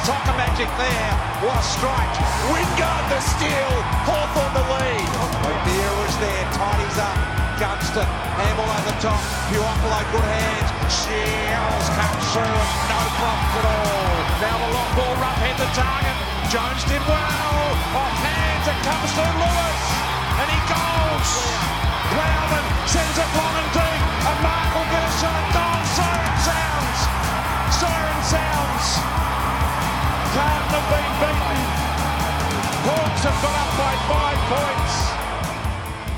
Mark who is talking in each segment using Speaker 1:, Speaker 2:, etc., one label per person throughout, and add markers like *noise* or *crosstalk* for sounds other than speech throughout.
Speaker 1: magic there. What a strike.
Speaker 2: Wingard the steal. Hawthorn the lead.
Speaker 1: O'Meara was there, tidies up. Gunston, Hamill over the top. Puopolo, good hands. Shields comes through and no problems at all.
Speaker 3: Now the long ball, rough hit the target. Jones did well. Off hands, it comes to Lewis. And he goes. Loudon sends it long and deep. And Mark will get a shot. Gone. Siren sounds. Siren sounds. Carlton have been beaten. Hawks have got up by five points.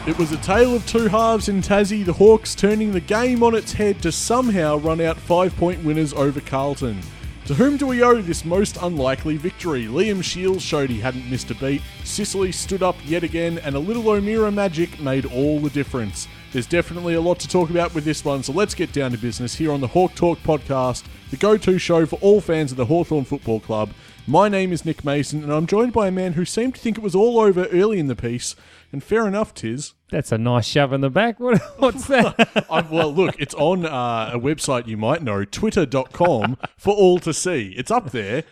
Speaker 4: It was a tale of two halves in Tassie, the Hawks turning the game on its head to somehow run out five point winners over Carlton. To whom do we owe this most unlikely victory? Liam Shields showed he hadn't missed a beat, Sicily stood up yet again, and a little O'Meara magic made all the difference. There's definitely a lot to talk about with this one, so let's get down to business here on the Hawk Talk podcast, the go to show for all fans of the Hawthorn Football Club. My name is Nick Mason, and I'm joined by a man who seemed to think it was all over early in the piece, and fair enough, tis.
Speaker 5: That's a nice shove in the back. *laughs* What, what's that?
Speaker 4: I, Uh, well, look, it's on uh, a website you might know, twitter.com, for all to see. It's up there.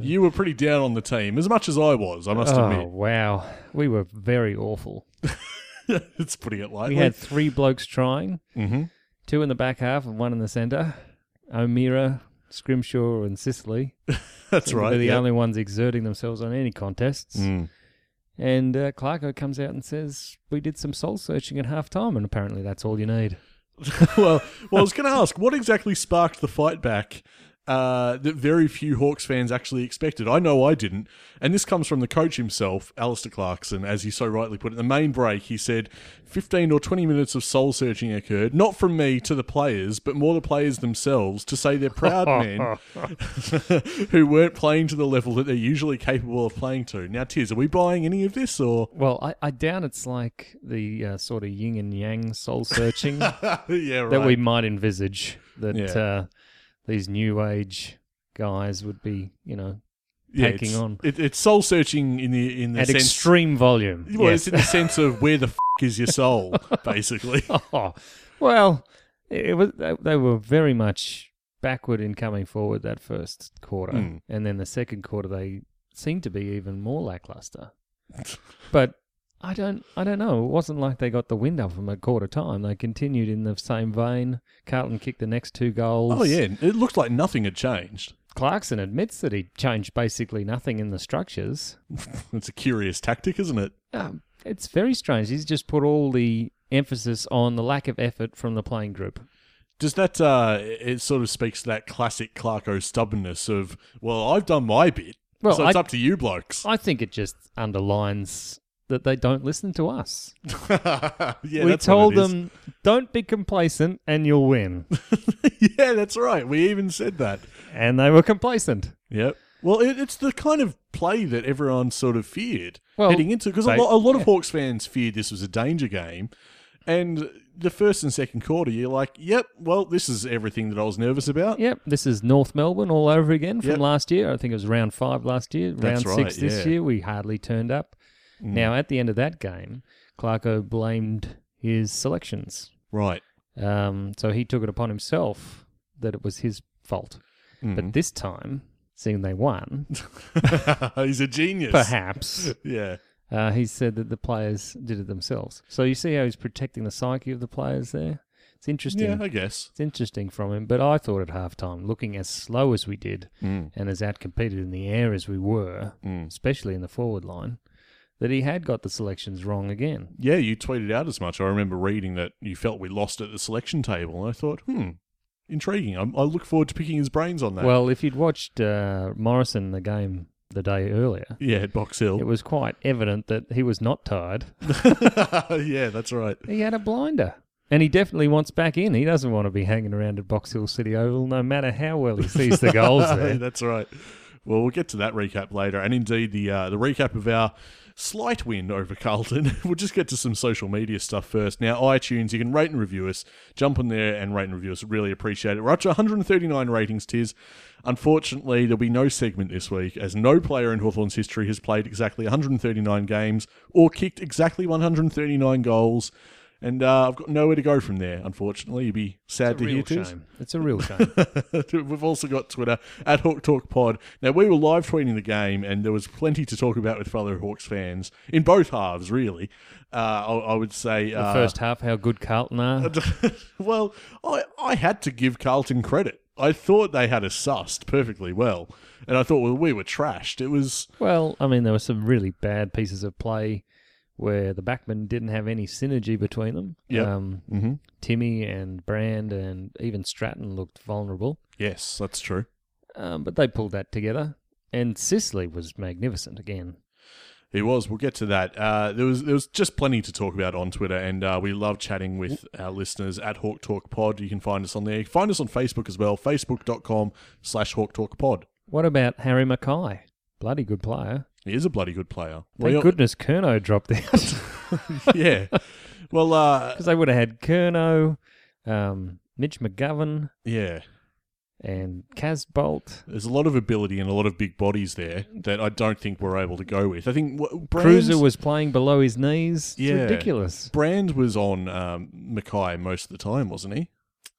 Speaker 4: you were pretty down on the team, as much as I was, I must
Speaker 5: *laughs* oh,
Speaker 4: admit. *laughs*
Speaker 5: wow. We were very awful.
Speaker 4: it's putting it
Speaker 5: We
Speaker 4: lightly.
Speaker 5: had three blokes trying, mm-hmm. two in the back half and one in the centre. O'Meara, Scrimshaw, and Sicily.
Speaker 4: That's right.
Speaker 5: They're the
Speaker 4: yeah.
Speaker 5: only ones exerting themselves on any contests. And uh, Clarko comes out and says, We did some soul searching at half time, and apparently that's all you need.
Speaker 4: well, well, I was going to ask, what exactly sparked the fight back uh, that very few Hawks fans actually expected? I know I didn't. And this comes from the coach himself, Alistair Clarkson, as he so rightly put it. In the main break, he said 15 or 20 minutes of soul searching occurred, not from me to the players, but more the players themselves to say they're proud
Speaker 5: *laughs*
Speaker 4: men who weren't playing to the level that they're usually capable of playing to. Now, Tiz, are we buying any of this or. *laughs*
Speaker 5: Well, I, I doubt it's like the uh, sort of yin and yang soul *laughs* searching.
Speaker 4: yeah, right.
Speaker 5: that we might envisage that
Speaker 4: Yeah.
Speaker 5: uh, these new age guys would be, you know,
Speaker 4: yeah,
Speaker 5: taking
Speaker 4: it's-
Speaker 5: on.
Speaker 4: It, it's soul searching in the in the
Speaker 5: at
Speaker 4: sense
Speaker 5: extreme volume.
Speaker 4: Well,
Speaker 5: yes.
Speaker 4: it's in the sense of where the f- is your *laughs* soul, basically.
Speaker 5: *laughs* oh, well, it was they, they were very much backward in coming forward that first quarter,
Speaker 4: Mm.
Speaker 5: and then the second quarter they seemed to be even more lackluster. but I don't, I don't know. It wasn't like they got the wind up them at quarter time. They continued in the same vein. Carlton kicked the next two goals.
Speaker 4: Oh yeah, it looked like nothing had changed.
Speaker 5: Clarkson admits that he changed basically nothing in the structures.
Speaker 4: It's a curious tactic, isn't it?
Speaker 5: Um, it's very strange. He's just put all the emphasis on the lack of effort from the playing group.
Speaker 4: Does that uh, it sort of speaks to that classic Clarko stubbornness of well, I've done my bit,
Speaker 5: Well,
Speaker 4: so it's
Speaker 5: I-
Speaker 4: up to you
Speaker 5: *laughs*
Speaker 4: blokes. *laughs*
Speaker 5: I think it just underlines that they don't listen to us.
Speaker 4: yeah,
Speaker 5: we
Speaker 4: that's what
Speaker 5: told
Speaker 4: it is.
Speaker 5: them, don't be complacent and you'll win.
Speaker 4: *laughs* yeah, that's right. We even said that.
Speaker 5: and they were complacent.
Speaker 4: Yep. Well, it, it's the kind of play that everyone sort of feared
Speaker 5: Well,
Speaker 4: heading into because a,
Speaker 5: they-
Speaker 4: lo- a lot of Hawks fans feared this was a danger game, and the first and second quarter, you're like, "Yep, well, this is everything that I was nervous about."
Speaker 5: Yep, this is North Melbourne all over again from
Speaker 4: Yep.
Speaker 5: last year. I think it was round five last year,
Speaker 4: That's
Speaker 5: round
Speaker 4: right,
Speaker 5: six this
Speaker 4: yeah. Mm.
Speaker 5: year. We hardly turned up. Now, at the end of that game, Clarko blamed his selections.
Speaker 4: Right. *laughs*
Speaker 5: Um, so he took it upon himself that it was his fault. But this time, seeing they won,
Speaker 4: He's a genius.
Speaker 5: perhaps,
Speaker 4: Yeah.
Speaker 5: uh, he said that the players did it themselves. So you see how he's protecting the psyche of the players there? It's interesting.
Speaker 4: Yeah, I guess.
Speaker 5: It's interesting from him, but I thought at halftime, looking as slow as we did and as outcompeted in the air as we were, especially in the forward line, that he had got the selections wrong again.
Speaker 4: Yeah, you tweeted out as much. I remember reading that you felt we lost at the selection table, and I thought, hmm, intriguing. I, I look forward to picking his brains on that.
Speaker 5: Well, if you'd watched uh, Morrison the game the day earlier,
Speaker 4: yeah, at Box Hill.
Speaker 5: it was quite evident that he was not tired.
Speaker 4: *laughs* yeah, that's right.
Speaker 5: He had a blinder. And he definitely wants back in. He doesn't want to be hanging around at Box Hill City Oval, no matter how well he sees the
Speaker 4: *laughs*
Speaker 5: goals *laughs*
Speaker 4: Hey,
Speaker 5: there.
Speaker 4: that's right. Well, we'll get to that recap later, and indeed the uh, the recap of our slight win over Carlton. *laughs* we'll just get to some social media stuff first. Now, iTunes, you can rate and review us. Jump on there and rate and review us. Really appreciate it. We're up to 139 ratings, Tiz. Unfortunately, there'll be no segment this week, as no player in Hawthorn's history has played exactly 139 games or kicked exactly 139 goals. And uh, I've got nowhere to go from there, unfortunately. You'd be sad
Speaker 5: It's a
Speaker 4: to hear,
Speaker 5: real
Speaker 4: Tiz.
Speaker 5: shame. It's a real *laughs* shame.
Speaker 4: *laughs* We've also got Twitter at Hawk Talk Pod. Now we were live tweeting the game, and there was plenty to talk about with fellow Hawks fans in both halves. Really, uh, I, I would say
Speaker 5: the
Speaker 4: uh,
Speaker 5: first half, how good Carlton *laughs* are.
Speaker 4: well, I, I had to give Carlton credit. I thought they had us sussed perfectly well, and I thought well we were trashed. It was
Speaker 5: Well, I mean, there were some really bad pieces of play where the backmen didn't have any synergy between them.
Speaker 4: Yep.
Speaker 5: Um, Timmy and Brand and even Stratton looked vulnerable,
Speaker 4: yes, that's true.
Speaker 5: um, but they pulled that together. And Sicily was magnificent again.
Speaker 4: It was. We'll get to that. Uh, there was there was just plenty to talk about on Twitter, and uh, we love chatting with our listeners at Hawk Talk Pod. You can find us on there. You can Find us on Facebook as well, facebook.com slash Hawk Talk Pod.
Speaker 5: What about Harry Mackay? Bloody good player.
Speaker 4: He is a bloody good player.
Speaker 5: Thank
Speaker 4: Well,
Speaker 5: goodness Kerno dropped out *laughs* because
Speaker 4: *laughs* yeah. Well, uh,
Speaker 5: they would have had Kerno, um, Mitch McGovern,
Speaker 4: yeah.
Speaker 5: and Kaz Bolt.
Speaker 4: There's a lot of ability and a lot of big bodies there that I don't think we're able to go with. I think what, Brand,
Speaker 5: Cruiser was playing below his knees. It's
Speaker 4: Yeah.
Speaker 5: ridiculous.
Speaker 4: Brand was on um, Mackay most of the time, wasn't he?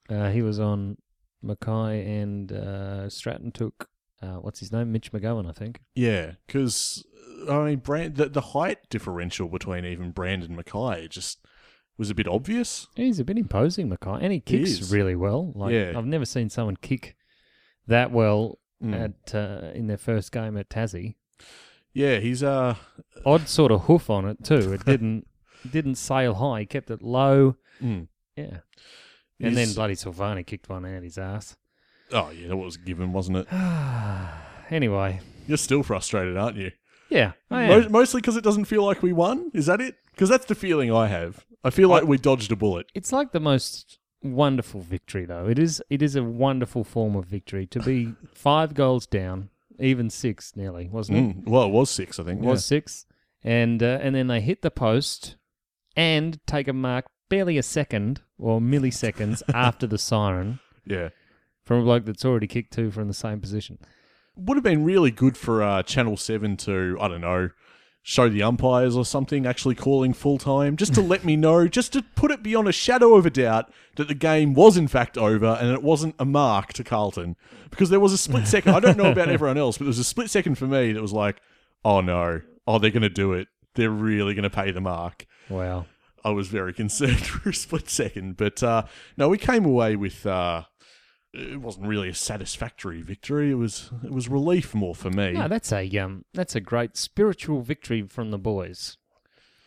Speaker 5: Uh, he was on Mackay and uh, Stratton took uh, what's his name, Mitch McGowan, I think.
Speaker 4: Yeah, because I mean, Brand the, the height differential between even Brand and Mackay just was a bit obvious.
Speaker 5: He's a bit imposing, Mackay, and he
Speaker 4: He
Speaker 5: kicks
Speaker 4: is.
Speaker 5: really well. Like
Speaker 4: Yeah.
Speaker 5: I've never seen someone kick that well
Speaker 4: Mm.
Speaker 5: at uh, in their first game at Tassie.
Speaker 4: Yeah, he's uh,
Speaker 5: Odd sort of hoof on it too. It didn't didn't sail high, kept it low.
Speaker 4: Mm.
Speaker 5: Yeah. And then
Speaker 4: He's-
Speaker 5: bloody Silvani kicked one out his ass.
Speaker 4: oh yeah, that was a given, wasn't it?
Speaker 5: Anyway,
Speaker 4: You're still frustrated, aren't you?
Speaker 5: yeah, I am.
Speaker 4: Mo- mostly because it doesn't feel like we won. Is that it? Because that's the feeling I have. I feel like we dodged a bullet.
Speaker 5: it's like the most wonderful victory though it is it is a wonderful form of victory to be five goals down even six nearly wasn't it
Speaker 4: Mm. Well, it was six, I think.
Speaker 5: It was six and uh, and then they hit the post and take a mark barely a second or milliseconds after the siren
Speaker 4: yeah. yeah.
Speaker 5: from a bloke that's already kicked two from the same position
Speaker 4: would have been really good for uh, Channel 7 to, I don't know, show the umpires or something actually calling full time, just to let me know, just to put it beyond a shadow of a doubt that the game was in fact over and it wasn't a mark to Carlton. Because there was a split second, I don't know about everyone else, but there was a split second for me that was like, oh no, oh, they're going to do it. They're really going to pay the mark.
Speaker 5: wow
Speaker 4: I was very *laughs* concerned for a split second, but uh, no, we came away with uh, it wasn't really a satisfactory victory. It was it was relief more for me.
Speaker 5: no that's a um that's a great spiritual victory from the boys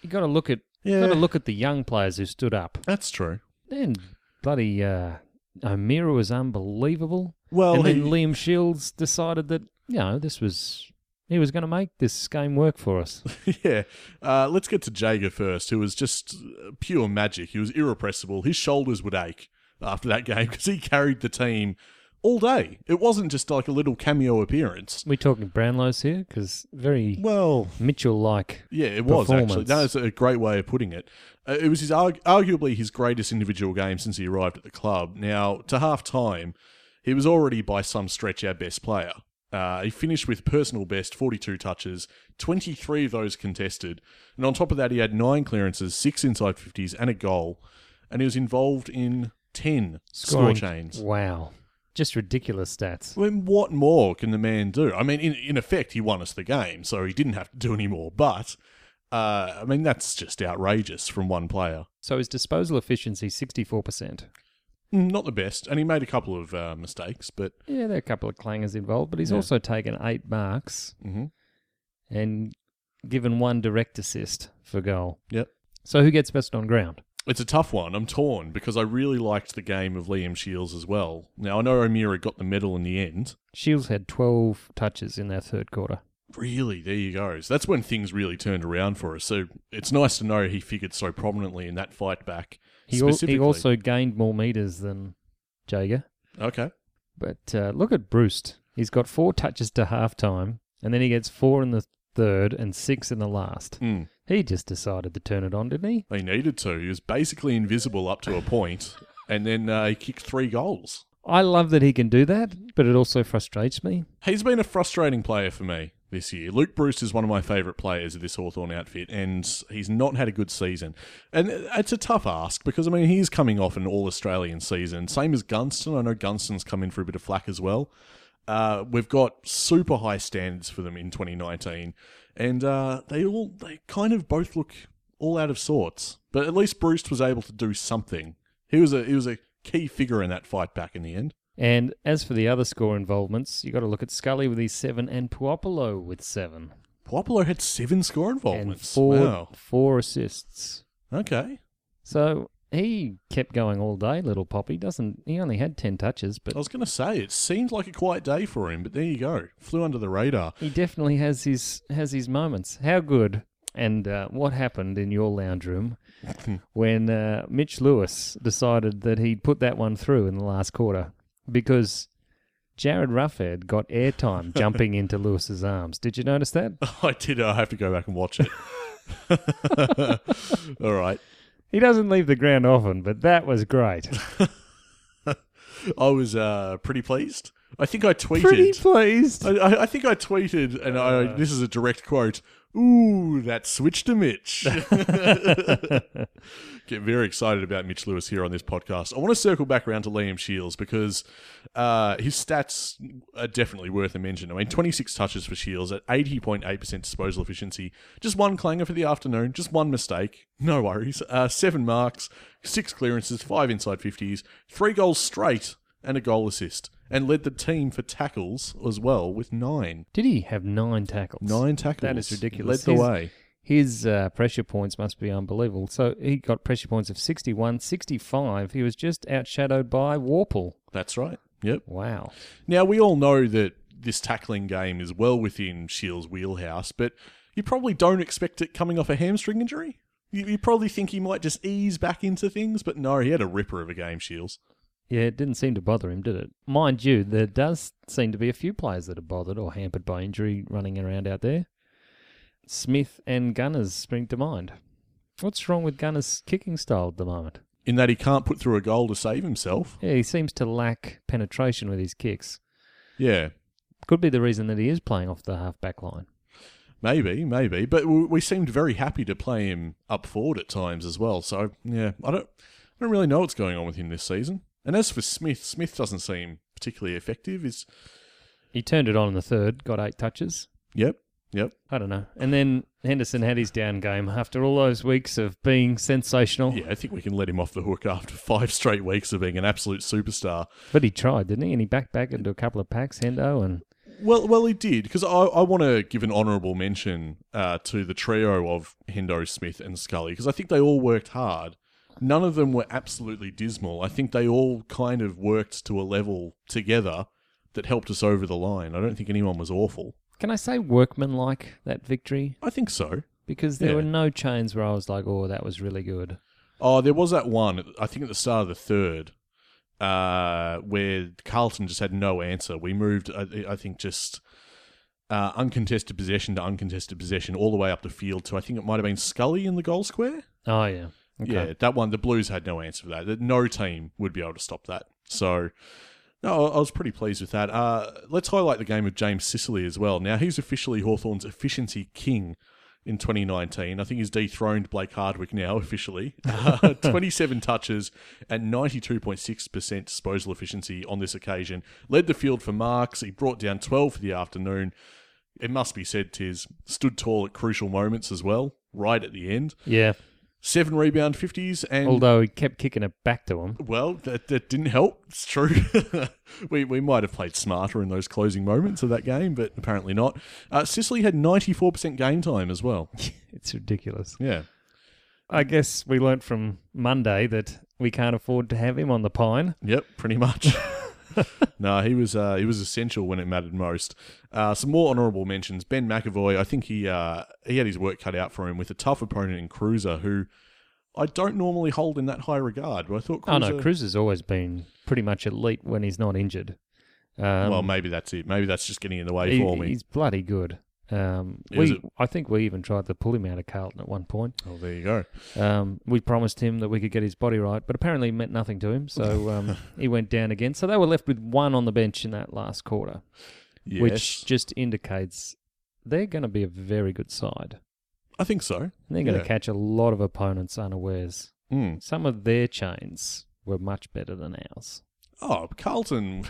Speaker 5: you got to look at you got
Speaker 4: Yeah.
Speaker 5: to look at the young players who stood up
Speaker 4: That's true. *laughs*
Speaker 5: Then bloody uh, O'Meara was unbelievable.
Speaker 4: Well,
Speaker 5: and then
Speaker 4: he-
Speaker 5: Liam Shields decided that you know this was he was going to make this game work for
Speaker 4: *laughs*
Speaker 5: us.
Speaker 4: yeah, uh, let's get to Jager first, who was just uh, pure magic. He was irrepressible. His shoulders would ache after that *laughs* game because he carried the team all day. It wasn't just like a little cameo appearance.
Speaker 5: we talking Brownlow's here because very
Speaker 4: Well,
Speaker 5: Mitchell like.
Speaker 4: Yeah, it was actually.
Speaker 5: performance.
Speaker 4: That is a great way of putting it. Uh, it was his arg- arguably his greatest individual game since he arrived at the club. Now, to half time, he was already by some stretch our best player. Uh, he finished with personal best 42 touches, 23 of those contested. And on top of that, he had nine clearances, six inside 50s, and a goal. And he was involved in 10 score chains.
Speaker 5: Wow, just ridiculous stats.
Speaker 4: I mean, what more can the man do? I mean, in, in effect, he won us the game, so he didn't have to do any more. But, uh, I mean, that's just outrageous from one player.
Speaker 5: So his disposal efficiency sixty four percent.
Speaker 4: Mm, Not the best, and he made a couple of uh, mistakes, but
Speaker 5: Yeah, there are a couple of clangers involved, but he's
Speaker 4: Yeah.
Speaker 5: also taken eight marks
Speaker 4: Mhm.
Speaker 5: and given one direct assist for goal.
Speaker 4: Yep.
Speaker 5: So who gets best on ground?
Speaker 4: it's a tough one. I'm torn because I really liked the game of Liam Shields as well. Now, I know O'Meara got the medal in the end.
Speaker 5: Shields had 12 touches in that third quarter.
Speaker 4: Really, there you go. So that's when things really turned around for us. So it's nice to know he figured so prominently in that fight back.
Speaker 5: He, al-
Speaker 4: specifically.
Speaker 5: he also gained more meters than Jager.
Speaker 4: Okay.
Speaker 5: But uh, look at Bruce. He's got four touches to halftime, and then he gets four in the third and six in the last.
Speaker 4: Mm.
Speaker 5: He just decided to turn it on, didn't he?
Speaker 4: They needed to. He was basically invisible up to a point, and then uh, he kicked three goals.
Speaker 5: I love that he can do that, but it also frustrates me.
Speaker 4: He's been a frustrating player for me this year. Luke Bruce is one of my favourite players of this Hawthorn outfit, and he's not had a good season. And uh, it's a tough ask because, I mean, he's coming off an All Australian season, same as Gunston. I know Gunston's come in for a bit of flack as well. Uh, we've got super high standards for them in 2019, and uh, they all they kind of both look all out of sorts. But at least Bruce was able to do something. He was a he was a key figure in that fight back in the end.
Speaker 5: And as for the other score involvements, you got to look at Scully with his seven and Puopolo with seven.
Speaker 4: Poplar had seven score
Speaker 5: And
Speaker 4: involvements.
Speaker 5: four,
Speaker 4: Wow.
Speaker 5: four assists.
Speaker 4: Okay.
Speaker 5: So he kept going all day, little Poppy. Doesn't he only had ten touches, but
Speaker 4: I was going to say it seemed like a quiet day for him, but there you go. Flew under the radar.
Speaker 5: he definitely has his has his moments. How good! And uh, what happened in your
Speaker 4: *laughs*
Speaker 5: lounge room when uh, Mitch Lewis decided that he'd put that one through in the last quarter because Jared Ruffhead got
Speaker 4: *laughs*
Speaker 5: airtime jumping into Lewis's arms. Did you notice that?
Speaker 4: *laughs* I did. I have to go back and watch *laughs* it. All right.
Speaker 5: He doesn't leave the ground often, but that was *laughs* great.
Speaker 4: I was uh, pretty pleased. I think I tweeted.
Speaker 5: Pretty pleased.
Speaker 4: I, I, I think I tweeted, and I, this is a direct quote. Ooh, that switch to *laughs* Mitch. Get very excited about Mitch Lewis here on this podcast. I want to circle back around to Liam Shields because uh, his stats are definitely worth a mention. I mean, 26 touches for Shields at 80.8% disposal efficiency. Just one clanger for the afternoon, just one mistake. *laughs* No worries. Uh, seven marks, six clearances, five inside 50s, three goals straight, and a goal assist. And led the team for tackles as well with nine.
Speaker 5: Did he have nine tackles?
Speaker 4: Nine tackles.
Speaker 5: That is
Speaker 4: Led
Speaker 5: ridiculous.
Speaker 4: the
Speaker 5: He's-
Speaker 4: way.
Speaker 5: His uh, pressure points must be unbelievable. So he got pressure points of 61, 65. He was just outshadowed by Warple.
Speaker 4: That's right. Yep.
Speaker 5: Wow.
Speaker 4: Now we all know that this tackling game is well within Shields' wheelhouse, but you probably don't expect it coming off a hamstring injury. You, you probably think he might just ease back into things, but no, he had a ripper of a game, Shields.
Speaker 5: Yeah, it didn't seem to bother him, did it? Mind you, there does seem to be a few players that are bothered or hampered by injury running around out there. Smith and Gunners spring to mind. What's wrong with Gunners' kicking style at the moment?
Speaker 4: In that he can't put through a goal to save himself.
Speaker 5: Yeah, he seems to lack penetration with his kicks.
Speaker 4: Yeah,
Speaker 5: Could be the reason that he is playing off the half back line.
Speaker 4: maybe, maybe. But we, we seemed very happy to play him up forward at times as well. So yeah, I don't, I don't really know what's going on with him this season. And as for Smith, Smith doesn't seem particularly effective. Is
Speaker 5: He turned it on in the third, got eight touches.
Speaker 4: yep, yep.
Speaker 5: I don't know. And then Henderson had his down game after all those weeks of being sensational.
Speaker 4: Yeah, I think we can let him off the hook after five straight weeks of being an absolute superstar.
Speaker 5: But he tried, didn't he? And he backed back into a couple of packs, Hendo, and
Speaker 4: Well, well, he did because I, I want to give an honourable mention uh, to the trio of Hendo, Smith, and Scully because I think they all worked hard. None of them were absolutely dismal. I think they all kind of worked to a level together that helped us over the line. I don't think anyone was awful.
Speaker 5: can I say workmanlike that victory?
Speaker 4: I think so.
Speaker 5: Because there were
Speaker 4: Yeah.
Speaker 5: no chains where I was like, "Oh, that was really good."
Speaker 4: Oh, there was that one. I think at the start of the third, uh, where Carlton just had no answer. We moved. I, I think just uh, uncontested possession to uncontested possession all the way up the field to I think it might have been Scully in the goal square.
Speaker 5: Oh yeah, okay.
Speaker 4: Yeah, that one. The Blues had no answer for that. That No team would be able to stop that. So. No, I I was pretty pleased with that. Uh, let's highlight the game of James Sicily as well. Now, he's officially Hawthorn's efficiency king in 2019. I think he's dethroned Blake Hardwick now *laughs* officially. Uh, 27 touches and 92.6% disposal efficiency on this occasion. Led the field for marks. He brought down 12 for the afternoon. It must be said, Tiz stood tall at crucial moments as well, right at the end.
Speaker 5: Yeah.
Speaker 4: Seven rebound 50s and
Speaker 5: Although he kept kicking it back to him.
Speaker 4: well, that, that didn't help. It's true. *laughs* we, we might have played smarter in those closing moments of that game, but apparently not. Uh, Sicily had 94% game time as
Speaker 5: *laughs*
Speaker 4: well.
Speaker 5: It's ridiculous.
Speaker 4: Yeah.
Speaker 5: I guess we learnt from Monday that we can't afford to have him on the pine.
Speaker 4: Yep, pretty much. *laughs* no, he was uh, he was essential when it mattered most. Uh, some more honourable mentions: Ben McAvoy. I think he uh, he had his work cut out for him with a tough opponent in Cruiser, who I don't normally hold in that high regard. But I thought
Speaker 5: Oh
Speaker 4: Cruiser.
Speaker 5: no, Cruz has always been pretty much elite when he's not injured. Um,
Speaker 4: well, maybe that's it. Maybe that's just getting in the way
Speaker 5: he-
Speaker 4: for me.
Speaker 5: he's bloody good. Um,
Speaker 4: Is
Speaker 5: we,
Speaker 4: it-
Speaker 5: I think we even tried to pull him out of Carlton at one point.
Speaker 4: Oh, there you go.
Speaker 5: Um, we promised him that we could get his body right, but apparently it meant nothing to
Speaker 4: *laughs*
Speaker 5: him, so um, he went down again. So they were left with one on the bench in that last quarter,
Speaker 4: Yes.
Speaker 5: which just indicates they're going to be a very good side.
Speaker 4: I think so.
Speaker 5: And they're going to
Speaker 4: Yeah.
Speaker 5: catch a lot of opponents unawares.
Speaker 4: Mm.
Speaker 5: Some of their chains were much better than ours.
Speaker 4: Oh, Carlton. *laughs*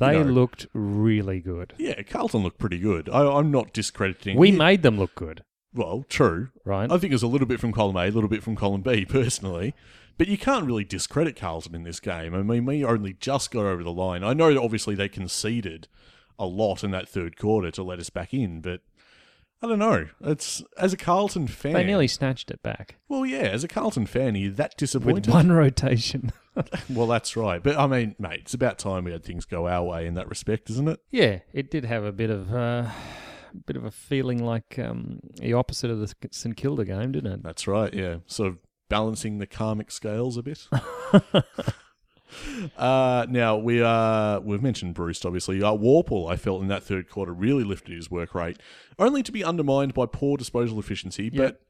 Speaker 5: They
Speaker 4: know.
Speaker 5: looked really good.
Speaker 4: Yeah, Carlton looked pretty good. I, I'm not discrediting.
Speaker 5: We
Speaker 4: Yeah,
Speaker 5: made them look good,
Speaker 4: well, true.
Speaker 5: right?
Speaker 4: I think it's a little bit from column A, a little bit from column B, *laughs* personally. But you can't really discredit Carlton in this game. I mean, we only just got over the line. I know, that obviously, they conceded a lot in that third quarter to let us back in, but I don't know. It's as a Carlton fan.
Speaker 5: They nearly snatched it back
Speaker 4: Well, yeah, as a Carlton fan, are you that
Speaker 5: with
Speaker 4: disappointed?
Speaker 5: one *laughs* rotation.
Speaker 4: Well, that's right. But I mean, mate, it's about time we had things go our way in that respect, isn't it?
Speaker 5: yeah, it did have a bit of uh, bit of a feeling like um, the opposite of the St Kilda game, didn't it?
Speaker 4: That's right. Yeah, sort of balancing the karmic scales a
Speaker 5: *laughs*
Speaker 4: bit. uh, now we are we've mentioned Bruce obviously. Uh, Warple, I felt in that third quarter really lifted his work rate, only to be undermined by poor disposal efficiency. But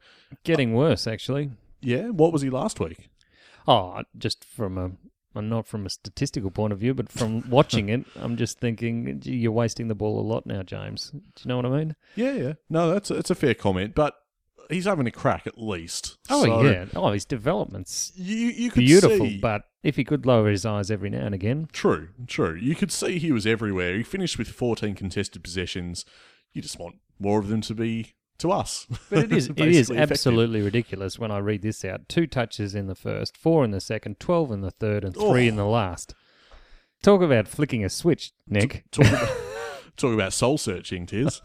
Speaker 5: Getting worse, actually.
Speaker 4: yeah, what was he last week?
Speaker 5: Oh, just from a well, not from a statistical point of view, but *laughs* from watching it, I'm just thinking, gee, you're wasting the ball a lot now, James. Do you know what I mean?
Speaker 4: Yeah, yeah. No, that's a, that's a fair comment, but he's having a crack at least.
Speaker 5: Oh
Speaker 4: So
Speaker 5: yeah. Oh, his development's
Speaker 4: You you could
Speaker 5: beautiful,
Speaker 4: see-
Speaker 5: but if he could lower his eyes every now and again,
Speaker 4: True, true. You could see he was everywhere. He finished with 14 contested possessions. You just want more of them to be to us. *laughs*
Speaker 5: but it is it
Speaker 4: Basically
Speaker 5: is
Speaker 4: effective.
Speaker 5: absolutely ridiculous when I read this out. Two touches in the first, four in the second, twelve in the third, and three
Speaker 4: Oh.
Speaker 5: in the last. Talk about flicking a switch, Nick.
Speaker 4: Talk about, talk about soul searching,
Speaker 5: *laughs*
Speaker 4: Tiz.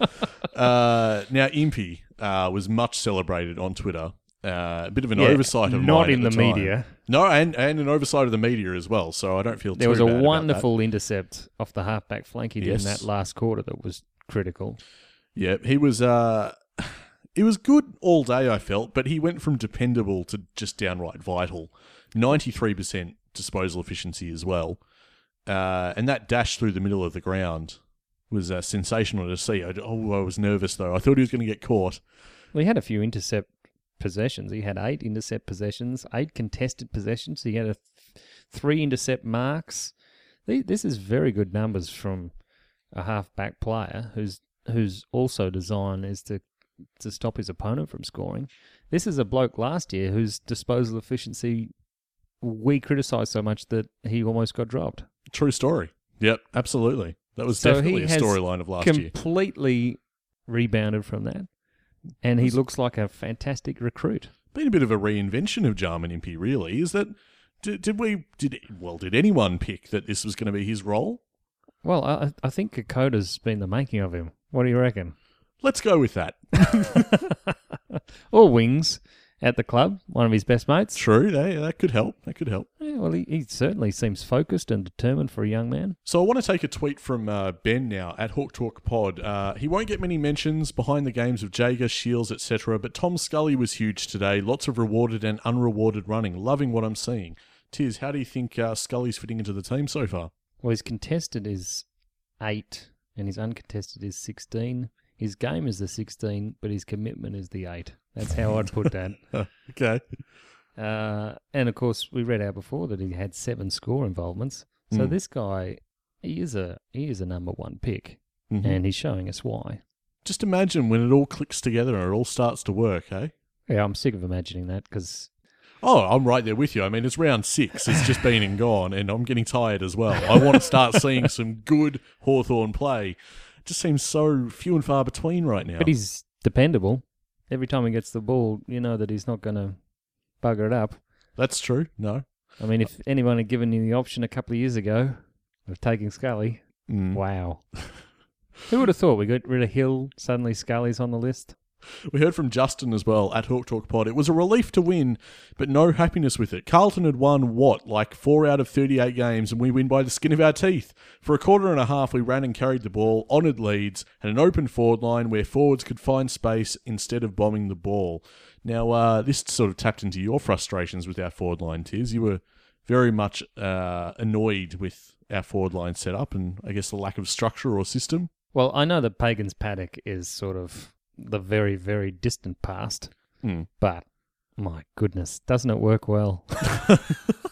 Speaker 4: uh, now, Impy uh, was much celebrated on Twitter. Uh, a bit of an
Speaker 5: Yeah,
Speaker 4: oversight of
Speaker 5: not
Speaker 4: mine
Speaker 5: in
Speaker 4: at
Speaker 5: the
Speaker 4: time.
Speaker 5: media.
Speaker 4: No, and, and an oversight of the media as well. So I don't feel
Speaker 5: There
Speaker 4: too
Speaker 5: was a
Speaker 4: bad about that.
Speaker 5: wonderful intercept off the halfback flank he did
Speaker 4: Yes.
Speaker 5: in that last quarter that was critical.
Speaker 4: Yeah, he was. Uh, *sighs* it was good all day. I felt, but he went from dependable to just downright vital. Ninety-three percent disposal efficiency as well, uh, and that dash through the middle of the ground was uh, sensational to see. I, oh, I was nervous though. I thought he was going to get caught.
Speaker 5: Well, he had a few intercept possessions. He had eight intercept possessions, eight contested possessions. He had a th- three intercept marks. The- This is very good numbers from a half-back player whose whose also design is to to stop his opponent from scoring. This is a bloke last year whose disposal efficiency we criticised so much that he almost got dropped.
Speaker 4: True story. Yep, absolutely. That was
Speaker 5: So
Speaker 4: definitely
Speaker 5: he
Speaker 4: a
Speaker 5: has
Speaker 4: storyline of last year.
Speaker 5: Completely rebounded from that, and he looks like a fantastic recruit.
Speaker 4: been a bit of a reinvention of Jarman Impey, really. Is that did, did we did well? Did anyone pick that this was going to be his role?
Speaker 5: Well, I, I think Kokoda's been the making of him. What do you reckon? *laughs*
Speaker 4: Let's go with that.
Speaker 5: Or Wings at the club, one of his best mates.
Speaker 4: True, that, that could help. That could help.
Speaker 5: Yeah, well, he, he certainly seems focused and determined for a young man.
Speaker 4: So I want to take a tweet from uh, Ben now at Hawk Talk Pod. Uh, he won't get many mentions behind the games of Jager, Shields, etc. But Tom Scully was huge today. Lots of rewarded and unrewarded running. Loving what I'm seeing. Tiz, how do you think uh, Scully's fitting into the team so far? *laughs*
Speaker 5: Well, his contested is eight, and his uncontested is 16. His game is the 16, but his commitment is the eight. That's how I'd put that.
Speaker 4: Okay.
Speaker 5: Uh, and of course, we read out before that he had seven score involvements. So this guy, he is a he is a number one pick,
Speaker 4: Mm-hmm.
Speaker 5: and he's showing us why.
Speaker 4: Just imagine when it all clicks together and it all starts to work, eh?
Speaker 5: Yeah, I'm sick of imagining that because
Speaker 4: Oh, I'm right there with you. I mean, it's round six. It's just been and gone, and I'm getting tired as well. I want to start seeing some good Hawthorn play. It just seems so few and far between right now.
Speaker 5: But he's dependable. Every time he gets the ball, you know that he's not going to bugger it up.
Speaker 4: That's true. No.
Speaker 5: I mean, if anyone had given you the option a couple of years ago of taking Scully, wow. Who would have thought we got rid of Hill? Suddenly Scully's on the list.
Speaker 4: We heard from Justin as well at Hawk Talk Pod. It was a relief to win, but no happiness with it. Carlton had won what, like four out of 38 games, and we win by the skin of our teeth. For a quarter and a half, we ran and carried the ball, honoured leads, and an open forward line where forwards could find space instead of bombing the ball. Now, uh, this sort of tapped into your frustrations with our forward line, Tiz. You were very much uh, annoyed with our forward line setup and I guess the lack of structure or system.
Speaker 5: Well, I know that Pagan's Paddock is sort of the very, very distant past,
Speaker 4: Hmm.
Speaker 5: but my goodness, doesn't it work well?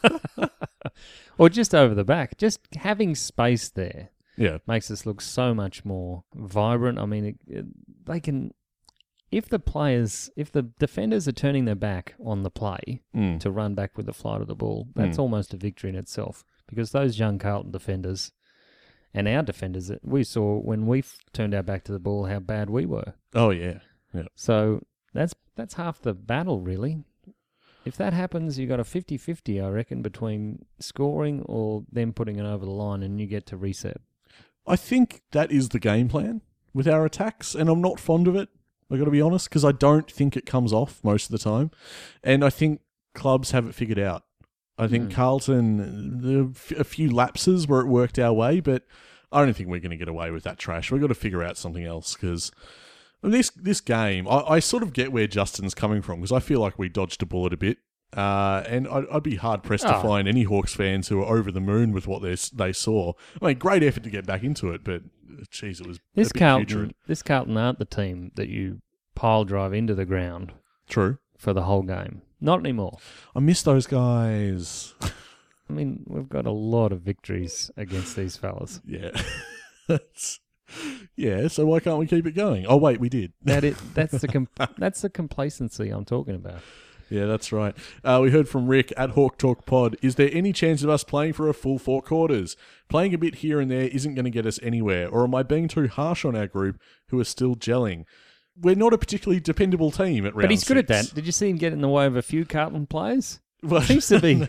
Speaker 5: *laughs* or just over the back, just having space there.
Speaker 4: Yeah.
Speaker 5: makes us look so much more vibrant. I mean, it, it, they can if the players if the defenders are turning their back on the play to run back with the flight of the ball, that's almost a victory in itself because those young Carlton defenders and our defenders that we saw when we f- turned our back to the ball how bad we were.
Speaker 4: Oh yeah, yeah.
Speaker 5: So that's that's half the battle really. If that happens, you got a 50-50, I reckon, between scoring or them putting it over the line and you get to reset.
Speaker 4: I think that is the game plan with our attacks, and I'm not fond of it. I got to be honest because I don't think it comes off most of the time, and I think clubs have it figured out. I think
Speaker 5: Hmm.
Speaker 4: Carlton, there were f- a few lapses where it worked our way, but I don't think we're going to get away with that trash. We've got to figure out something else because this this game, I, I sort of get where Justin's coming from because I feel like we dodged a bullet a bit, uh, and I'd, I'd be hard pressed to
Speaker 5: Ah.
Speaker 4: find any Hawks fans who are over the moon with what they they saw. I mean, great effort to get back into it, but geez, it was
Speaker 5: This
Speaker 4: a bit
Speaker 5: Carlton,
Speaker 4: putrid.
Speaker 5: this Carlton aren't the team that you pile drive into the ground
Speaker 4: True,
Speaker 5: for the whole game. Not anymore.
Speaker 4: I miss those guys.
Speaker 5: I mean, we've got a lot of victories against these fellas.
Speaker 4: yeah, *laughs* that's yeah. So why can't we keep it going? Oh wait, we did.
Speaker 5: That it, that's the com- that's the complacency I'm talking about.
Speaker 4: Yeah, that's right. Uh, we heard from Rick at Hawk Talk Pod. Is there any chance of us playing for a full four quarters? Playing a bit here and there isn't going to get us anywhere. Or am I being too harsh on our group who are still gelling? We're not a particularly dependable team at round
Speaker 5: But he's good at
Speaker 4: six.
Speaker 5: that. Did you see him get in the way of a few Carlton players?
Speaker 4: *laughs* Well,
Speaker 5: Seems to be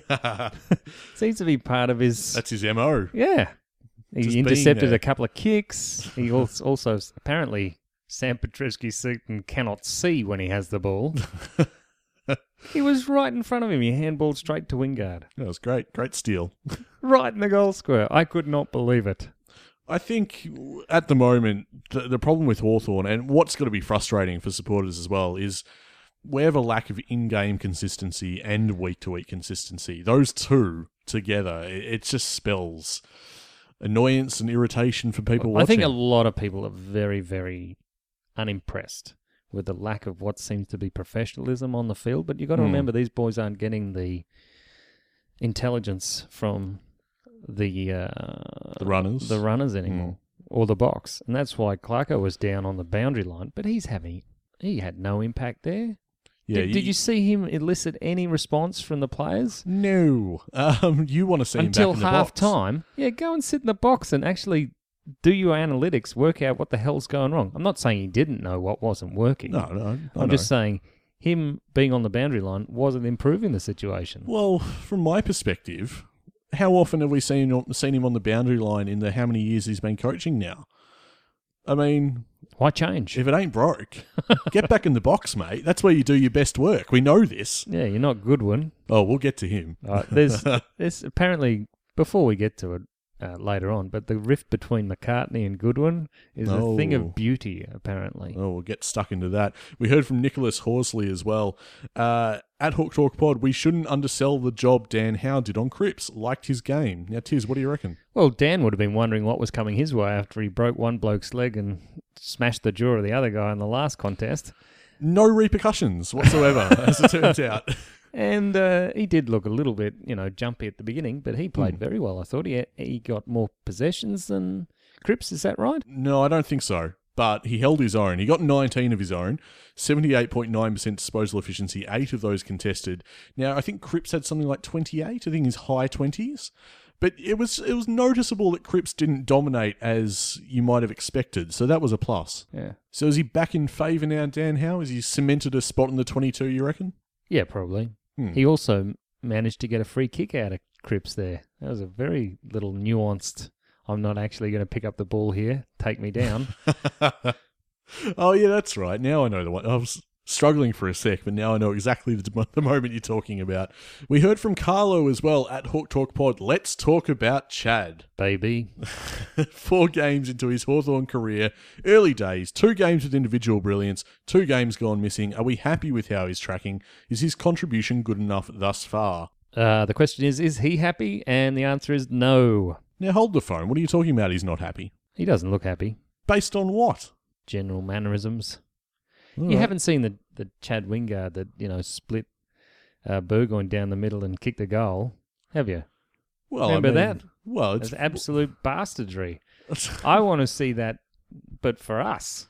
Speaker 5: seems to be part of his.
Speaker 4: that's his MO.
Speaker 5: Yeah,
Speaker 4: Just
Speaker 5: he
Speaker 4: being
Speaker 5: intercepted
Speaker 4: there.
Speaker 5: a couple of kicks.
Speaker 4: *laughs*
Speaker 5: He also, also apparently Sam Petrescu Seaton cannot see when he has
Speaker 4: *laughs*
Speaker 5: the ball. he was right in front of him. He handballed straight to Wingard,
Speaker 4: That was great. Great steal.
Speaker 5: right in the goal square. I could not believe it.
Speaker 4: I think at the moment, the, the problem with Hawthorn and what's going to be frustrating for supporters as well is we have a lack of in game consistency and week to week consistency. Those two together, it, it just spells annoyance and irritation for people
Speaker 5: I
Speaker 4: watching.
Speaker 5: think a lot of people are very, very unimpressed with the lack of what seems to be professionalism on the field. But you've
Speaker 4: Hmm.
Speaker 5: got to remember these boys aren't getting the intelligence from the uh,
Speaker 4: the runners.
Speaker 5: the runners anymore
Speaker 4: Hmm.
Speaker 5: or the box, and that's why Clarko was down on the boundary line. But he's having he had no impact there.
Speaker 4: yeah,
Speaker 5: did, did you see him elicit any response from the players?
Speaker 4: No. *laughs* Um, you want to see
Speaker 5: until
Speaker 4: him back in the
Speaker 5: half
Speaker 4: box.
Speaker 5: time. Yeah, go and sit in the box and actually do your analytics, work out what the hell's going wrong. I'm not saying he didn't know what wasn't working.
Speaker 4: No, no. I
Speaker 5: I'm
Speaker 4: know.
Speaker 5: just saying him being on the boundary line wasn't improving the situation.
Speaker 4: Well, from my perspective, how often have we seen seen him on the boundary line in the how many years he's been coaching now? I mean,
Speaker 5: Why change?
Speaker 4: if it ain't broke, get back in the box, mate. That's where you do your best work. We know this.
Speaker 5: yeah, you're not Goodwin.
Speaker 4: Oh, we'll get to him.
Speaker 5: Uh, there's, there's apparently before we get to it uh, later on, but the rift between McCartney and Goodwin is a thing
Speaker 4: Oh.
Speaker 5: of beauty, apparently.
Speaker 4: Oh, we'll get stuck into that. We heard from Nicholas Horsley as well. Uh, at Hawk Talk Pod, we shouldn't undersell the job Dan Howe did on Cripps. Liked his game. Now, Tiz, what do you reckon?
Speaker 5: Well, Dan would have been wondering what was coming his way after he broke one bloke's leg and smashed the jaw of the other guy in the last contest.
Speaker 4: No repercussions whatsoever, *laughs* as it turns out.
Speaker 5: And uh, he did look a little bit, you know, jumpy at the beginning, but he played very well. I thought he he got more possessions than Cripps. Is that right?
Speaker 4: No, I don't think so. But he held his own. He got 19 of his own, 78.9% disposal efficiency, eight of those contested. Now, I think Cripps had something like 28, I think his high 20s. But it was it was noticeable that Cripps didn't dominate as you might have expected, so that was a plus.
Speaker 5: Yeah.
Speaker 4: So is he back in favour now, Dan Howe? Has he cemented a spot in the 22, you reckon?
Speaker 5: Yeah, probably. He also managed to get a free kick out of Cripps there. That was a very little nuanced. I'm not actually going to pick up the ball here. Take me down.
Speaker 4: *laughs* Oh, yeah, that's right. Now I know the one. I was struggling for a sec, but now I know exactly the, *laughs* mo- the moment you're talking about. We heard from Carlo as well at Hawk Talk Pod. Let's talk about Chad. *laughs*
Speaker 5: Baby,
Speaker 4: Four games into his Hawthorn career, early days, two games with individual brilliance, two games gone missing. Are we happy with how he's tracking? Is his contribution good enough thus far?
Speaker 5: uh, the question is: Is he happy? And the answer is no.
Speaker 4: Now hold the phone. What are you talking about? He's not happy.
Speaker 5: He doesn't look happy.
Speaker 4: Based on what?
Speaker 5: General mannerisms.
Speaker 4: All
Speaker 5: You
Speaker 4: right.
Speaker 5: haven't seen the, the Chad Wingard that you know split uh, Burgoyne down the middle and kicked a goal, have you?
Speaker 4: well,
Speaker 5: remember
Speaker 4: mean,
Speaker 5: that?
Speaker 4: Well, it's *laughs*
Speaker 5: It's absolute bastardry. I want to see that, but for us,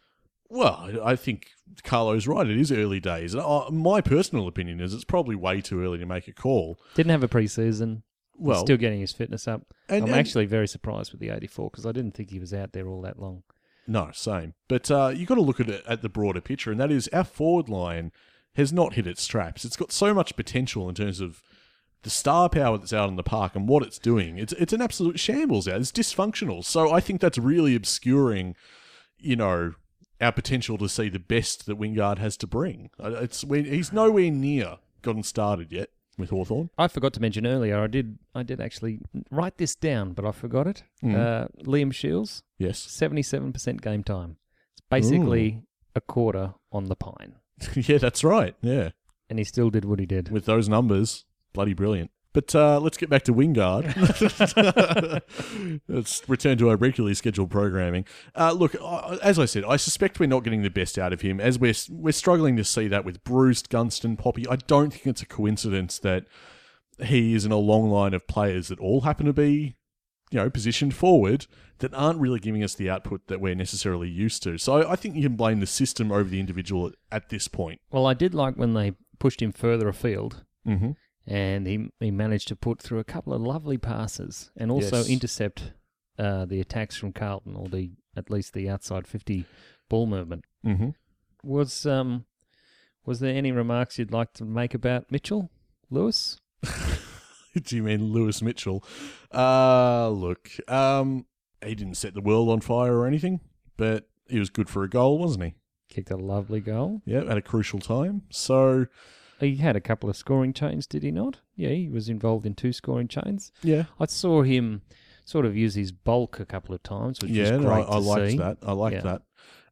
Speaker 4: Well, I- I think Carlo's right. It is early days. And I, my personal opinion is it's probably way too early to make a call.
Speaker 5: Didn't have a preseason.
Speaker 4: Well,
Speaker 5: still getting his fitness up.
Speaker 4: And-
Speaker 5: I'm
Speaker 4: and-
Speaker 5: actually very surprised with the 84 because I didn't think he was out there all that long.
Speaker 4: no, same. But uh, you got to look at it at the broader picture, and that is our forward line has not hit its straps. It's got so much potential in terms of the star power that's out in the park and what it's doing. It's it's an absolute shambles out. It's dysfunctional. So I think that's really obscuring, you know, our potential to see the best that Wingard has to bring. Uh, It's we, he's nowhere near gotten started yet with Hawthorn.
Speaker 5: I forgot to mention earlier. I did. I did actually write this down, but I forgot it.
Speaker 4: Mm.
Speaker 5: Uh, Liam Shields,
Speaker 4: Yes.
Speaker 5: seventy-seven percent game time. It's basically a quarter on the pine,
Speaker 4: *laughs* yeah, that's right. Yeah.
Speaker 5: and he still did what he did.
Speaker 4: with those numbers, bloody brilliant. But uh, let's get back to Wingard. let's return to our regularly scheduled programming. Uh, look, I- as I said, I suspect we're not getting the best out of him, as we're we're struggling to see that with Bruce, Gunston, Poppy. I don't think it's a coincidence that he is in a long line of players that all happen to be, you know, positioned forward that aren't really giving us the output that we're necessarily used to. So I think you can blame the system over the individual at, at this point.
Speaker 5: Well, I did like when they pushed him further afield,
Speaker 4: Mm-hmm.
Speaker 5: and he he managed to put through a couple of lovely passes, and also
Speaker 4: Yes.
Speaker 5: intercept uh, the attacks from Carlton, or the at least the outside fifty ball movement.
Speaker 4: Mm-hmm.
Speaker 5: Was um was there any remarks you'd like to make about Mitchell Lewis?
Speaker 4: *laughs* Do you mean Lewis Mitchell? Uh look, um, he didn't set the world on fire or anything, but he was good for a goal, wasn't he?
Speaker 5: Kicked a lovely goal.
Speaker 4: Yeah, at a crucial time. So
Speaker 5: He had a couple of scoring chains, did he not? Yeah, he was involved in two scoring chains.
Speaker 4: yeah,
Speaker 5: I saw him sort of use his bulk a couple of times, which
Speaker 4: yeah,
Speaker 5: was
Speaker 4: no,
Speaker 5: great
Speaker 4: I, I
Speaker 5: to
Speaker 4: liked
Speaker 5: see.
Speaker 4: that. I liked
Speaker 5: Yeah.
Speaker 4: that.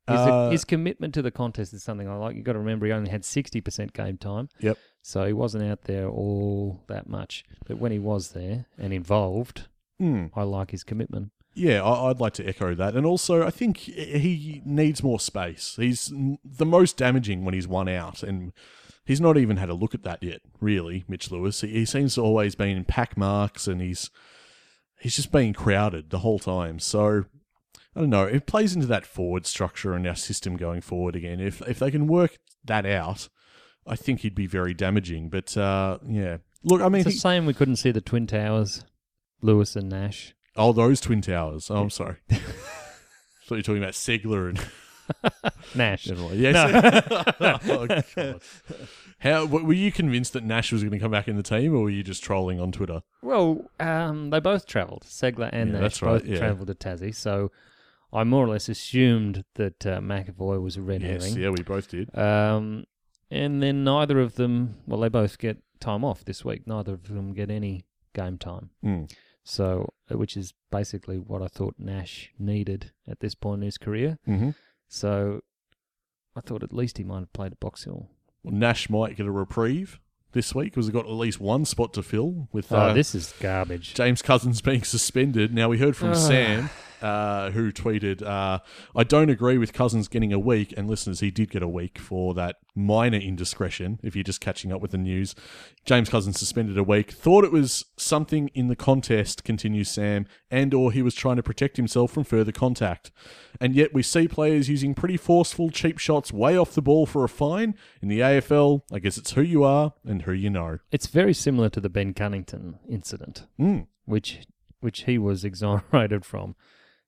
Speaker 5: His,
Speaker 4: Uh,
Speaker 5: his commitment to the contest is something I like. You've got to remember he only had 60% game time,
Speaker 4: yep.
Speaker 5: so he wasn't out there all that much. But when he was there and involved,
Speaker 4: Hmm.
Speaker 5: I like his commitment.
Speaker 4: Yeah, I, I'd like to echo that. And also, I think he needs more space. He's m- the most damaging when he's one out, and he's not even had a look at that yet, really, Mitch Lewis. He, he seems to always been in pack marks, and he's he's just being crowded the whole time. So, I don't know. It plays into that forward structure and our system going forward again. If, if they can work that out, I think he'd be very damaging. But, uh, yeah. Look, I mean,
Speaker 5: It's a
Speaker 4: *laughs* he-
Speaker 5: shame we couldn't see the Twin Towers, Lewis and Nash.
Speaker 4: Oh, those twin towers. Oh, I'm sorry. *laughs* Thought you were talking about Segler and
Speaker 5: Nash.
Speaker 4: yes. *laughs* Oh, God. How w- were you convinced that Nash was going to come back in the team, or were you just trolling on Twitter?
Speaker 5: Well, um, they both travelled. Segler and
Speaker 4: Yeah,
Speaker 5: Nash
Speaker 4: that's right,
Speaker 5: both
Speaker 4: yeah.
Speaker 5: travelled to Tassie. So I more or less assumed that uh, McAvoy was a red
Speaker 4: Yes,
Speaker 5: herring.
Speaker 4: yeah, we both did.
Speaker 5: Um, and then neither of them, well, they both get time off this week. Neither of them get any game time.
Speaker 4: Mm.
Speaker 5: So, uh, which is basically what I thought Nash needed at this point in his career.
Speaker 4: Mm-hmm.
Speaker 5: So I thought at least he might have played at Box Hill.
Speaker 4: Well, Nash might get a reprieve this week because they've got at least one spot to fill with
Speaker 5: Oh,
Speaker 4: uh,
Speaker 5: this is garbage.
Speaker 4: James Cousins being suspended. Now, we heard from Sam, uh, who tweeted, uh, I don't agree with Cousins getting a week. And listeners, he did get a week for that minor indiscretion. If you're just catching up with the news, James Cousins suspended a week. Thought it was something in the contest, continues Sam, and or he was trying to protect himself from further contact. And yet we see players using pretty forceful cheap shots way off the ball for a fine. In the AFL, I guess it's who you are and who you know.
Speaker 5: It's very similar to the Ben Cunnington incident,
Speaker 4: Mm.
Speaker 5: which which he was exonerated from.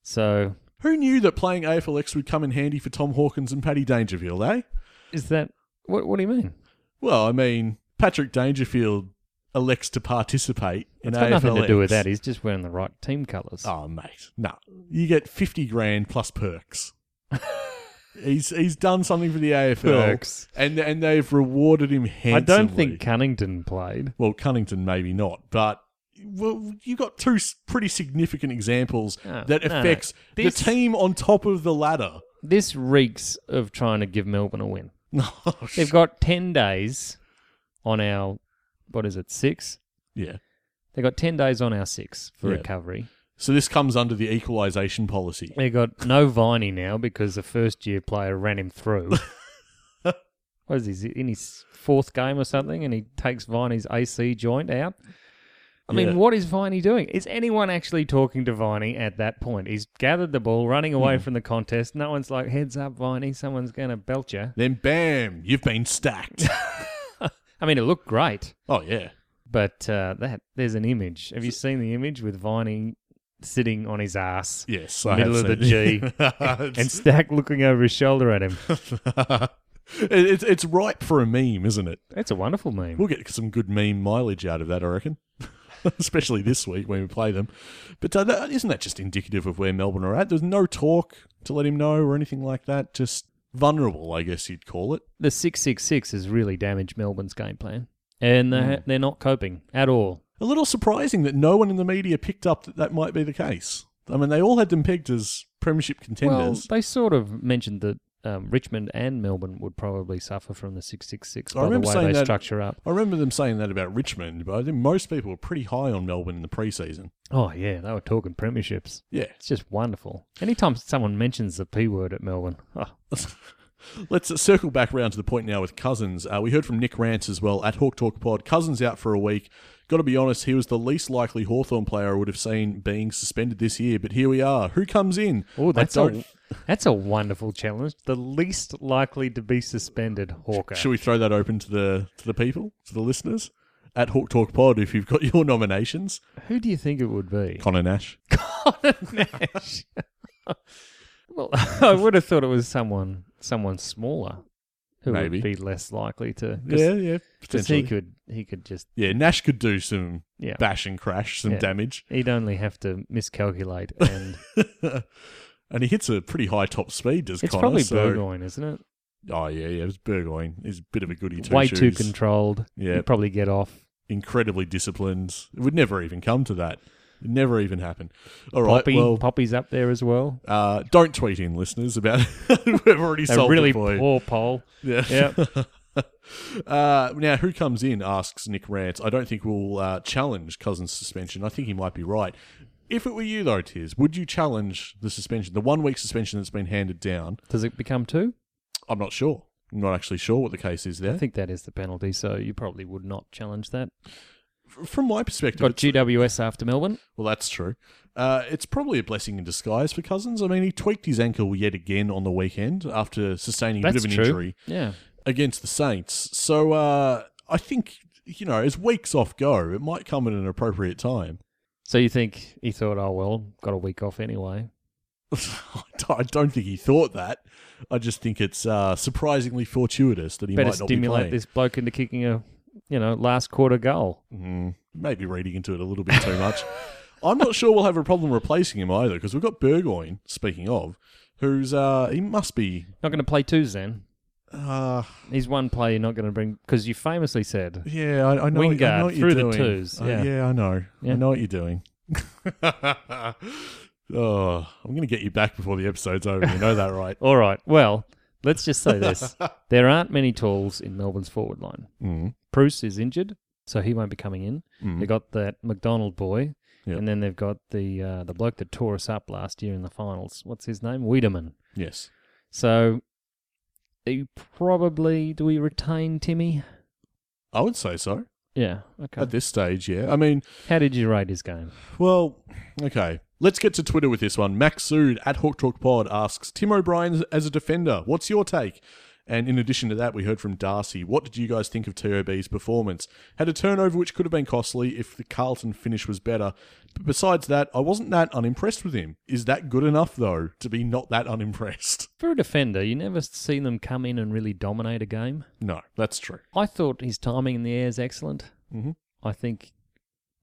Speaker 5: So
Speaker 4: Who knew that playing AFLX would come in handy for Tom Hawkins and Paddy Dangerfield, eh?
Speaker 5: is that what? What do you mean?
Speaker 4: Well, I mean, Patrick Dangerfield elects to participate in
Speaker 5: It's got nothing to do with
Speaker 4: AFLX.
Speaker 5: that. He's just wearing the right team colours.
Speaker 4: Oh, mate, no. You get 50 grand plus perks.
Speaker 5: *laughs*
Speaker 4: he's he's done something for the AFL.
Speaker 5: Perks.
Speaker 4: And, and they've rewarded him handsomely.
Speaker 5: I don't think Cunnington played.
Speaker 4: Well, Cunnington maybe not, but... Well, you got two s- pretty significant examples
Speaker 5: No,
Speaker 4: that
Speaker 5: Oh, no, no.
Speaker 4: affects
Speaker 5: This-
Speaker 4: the team on top of the ladder. *laughs*
Speaker 5: This reeks of trying to give Melbourne a win.
Speaker 4: No,
Speaker 5: They've got ten days on our what is it six?
Speaker 4: yeah.
Speaker 5: They got ten days on our six for
Speaker 4: Yeah.
Speaker 5: recovery.
Speaker 4: So this comes under the equalisation policy.
Speaker 5: They got no Viney now because the first year player ran him through. what is he in his fourth game or something? And he takes Viney's AC joint out. I
Speaker 4: Yeah.
Speaker 5: mean, what is Viney doing? Is anyone actually talking to Viney at that point? He's gathered the ball, running away from the contest. No one's like, heads up, Viney, someone's going to belt you.
Speaker 4: Then bam, you've been
Speaker 5: *laughs*
Speaker 4: stacked.
Speaker 5: I mean, it looked great,
Speaker 4: oh yeah.
Speaker 5: but uh, that there's an image. Have you seen the image with Viney sitting on his ass?
Speaker 4: Yes.
Speaker 5: Middle of the G.
Speaker 4: *laughs*
Speaker 5: *laughs* And
Speaker 4: G.
Speaker 5: Stack looking over his shoulder at him.
Speaker 4: *laughs* it's it's ripe for a meme, isn't it?
Speaker 5: It's a wonderful meme.
Speaker 4: We'll get some good meme mileage out of that, I reckon. *laughs* Especially this week when we play them. But uh, that, isn't that just indicative of where Melbourne are at? There's no talk to let him know or anything like that. Just vulnerable, I guess you'd call it.
Speaker 5: the 666 has really damaged Melbourne's game plan, and they
Speaker 4: Mm.
Speaker 5: they're not coping at all.
Speaker 4: A little surprising that no one in the media picked up that that might be the case. I mean, they all had them pegged as premiership
Speaker 5: Well,
Speaker 4: contenders.
Speaker 5: they sort of mentioned that um, Richmond and Melbourne would probably suffer from the
Speaker 4: I
Speaker 5: 666 by the
Speaker 4: remember
Speaker 5: way
Speaker 4: saying
Speaker 5: they
Speaker 4: that-
Speaker 5: structure up.
Speaker 4: I remember them saying that about Richmond, but I think most people were pretty high on Melbourne in the preseason.
Speaker 5: Oh, yeah, they were talking premierships.
Speaker 4: Yeah.
Speaker 5: It's just wonderful. Anytime someone mentions the P word at Melbourne, *laughs* oh,
Speaker 4: Let's uh, circle back round to the point now with Cousins. Uh, we heard from Nick Rance as well at Hawk Talk Pod. Cousins out for a week. Got to be honest, he was the least likely Hawthorn player I would have seen being suspended this year, but here we are. Who comes in?
Speaker 5: oh that's,
Speaker 4: I don't-
Speaker 5: a, *laughs* that's a wonderful challenge. The least likely to be suspended
Speaker 4: *laughs*
Speaker 5: Hawker.
Speaker 4: Should we throw that open to the to the people, to the listeners? At Hawk Talk Pod, if you've got *laughs* your nominations,
Speaker 5: Who do you think it would be?
Speaker 4: Connor Nash.
Speaker 5: Nash. well, *laughs* I would have thought it was someone someone smaller who
Speaker 4: Maybe.
Speaker 5: would be less likely to.
Speaker 4: Yeah, yeah,
Speaker 5: because
Speaker 4: potentially.
Speaker 5: he could he could just
Speaker 4: yeah, Nash could do some
Speaker 5: yeah.
Speaker 4: bash and crash, some
Speaker 5: Yeah.
Speaker 4: damage,
Speaker 5: He'd only have to
Speaker 4: *laughs*
Speaker 5: miscalculate, and
Speaker 4: and he hits a pretty high top speed. Does
Speaker 5: it's
Speaker 4: Connor?
Speaker 5: probably
Speaker 4: so-
Speaker 5: Burgoyne, isn't it?
Speaker 4: Oh yeah, yeah, it was Burgoyne. He's a bit of a goody two
Speaker 5: Way too
Speaker 4: shoes.
Speaker 5: controlled.
Speaker 4: Yeah.
Speaker 5: He'd probably get off.
Speaker 4: incredibly disciplined. It would never even come to that. It never even happened. All right.
Speaker 5: Poppy,
Speaker 4: well,
Speaker 5: Poppy's up there as well.
Speaker 4: uh, don't tweet in, listeners, about *laughs* we've already
Speaker 5: A
Speaker 4: solved
Speaker 5: really
Speaker 4: it for you.
Speaker 5: poor poll.
Speaker 4: Yeah.
Speaker 5: Yeah.
Speaker 4: *laughs* Uh, now, who comes in? Asks Nick Rance. I don't think we'll uh, challenge Cousins' suspension. I think he might be right. If it were you, though, Tiz, would you challenge the suspension, the one week suspension that's been handed down?
Speaker 5: Does it become two?
Speaker 4: I'm not sure. I'm not actually sure what the case is there.
Speaker 5: I think that is the penalty, so you probably would not challenge that.
Speaker 4: F- From my perspective,
Speaker 5: Got
Speaker 4: it's-
Speaker 5: GWS after Melbourne.
Speaker 4: Well, that's true. Uh, it's probably a blessing in disguise for Cousins. I mean, he tweaked his ankle yet again on the weekend after sustaining a
Speaker 5: That's
Speaker 4: bit of an
Speaker 5: true.
Speaker 4: injury
Speaker 5: Yeah.
Speaker 4: against the Saints. So uh, I think, you know, as weeks off go, it might come at an appropriate time. *laughs*
Speaker 5: So you think he thought, oh well, got a week off anyway.
Speaker 4: I don't- I don't think he thought that. I just think it's uh, surprisingly fortuitous that he
Speaker 5: Better
Speaker 4: might not be
Speaker 5: stimulate
Speaker 4: playing.
Speaker 5: this bloke into kicking a, you know, last quarter goal.
Speaker 4: Mm, maybe reading into it a little bit too
Speaker 5: *laughs*
Speaker 4: much. I'm not sure we'll have a problem replacing him either because we've got Burgoyne, speaking of, who's, uh, he must be.
Speaker 5: Not going to play twos then.
Speaker 4: Uh,
Speaker 5: He's one player you're not going to bring because you famously said
Speaker 4: Yeah, I, I know.
Speaker 5: Wingard
Speaker 4: I know what you're
Speaker 5: through the
Speaker 4: doing.
Speaker 5: twos,
Speaker 4: Uh,
Speaker 5: yeah.
Speaker 4: I know. I
Speaker 5: Yeah.
Speaker 4: know what you're doing. *laughs* oh, I'm going to get you back before the episode's over. You know that,
Speaker 5: *laughs*
Speaker 4: right?
Speaker 5: All right. Well, let's just say this. there aren't many tools in Melbourne's forward line.
Speaker 4: Mm.
Speaker 5: Bruce is injured, so he won't be coming in.
Speaker 4: Mm.
Speaker 5: They've got that McDonald boy,
Speaker 4: Yep.
Speaker 5: and then they've got the uh, the bloke that tore us up last year in the finals. What's his name? Wiedemann.
Speaker 4: Yes.
Speaker 5: So he probably do we retain Timmy?
Speaker 4: I would say so.
Speaker 5: Yeah. Okay.
Speaker 4: At this stage, yeah. I mean,
Speaker 5: How did you rate his game?
Speaker 4: well, okay. Let's get to Twitter with this one. Max Sood at Hawk Talk Pod asks Tim O'Brien as a defender, what's your take? And in addition to that, we heard from Darcy. What did you guys think of TOB's performance? Had a turnover which could have been costly if the Carlton finish was better. But besides that, I wasn't that unimpressed with him. Is that good enough, though, to be not that unimpressed? *laughs*
Speaker 5: For a defender, you never see them come in and really dominate a game.
Speaker 4: No, that's true.
Speaker 5: I thought his timing in the air is excellent.
Speaker 4: Mhm.
Speaker 5: I think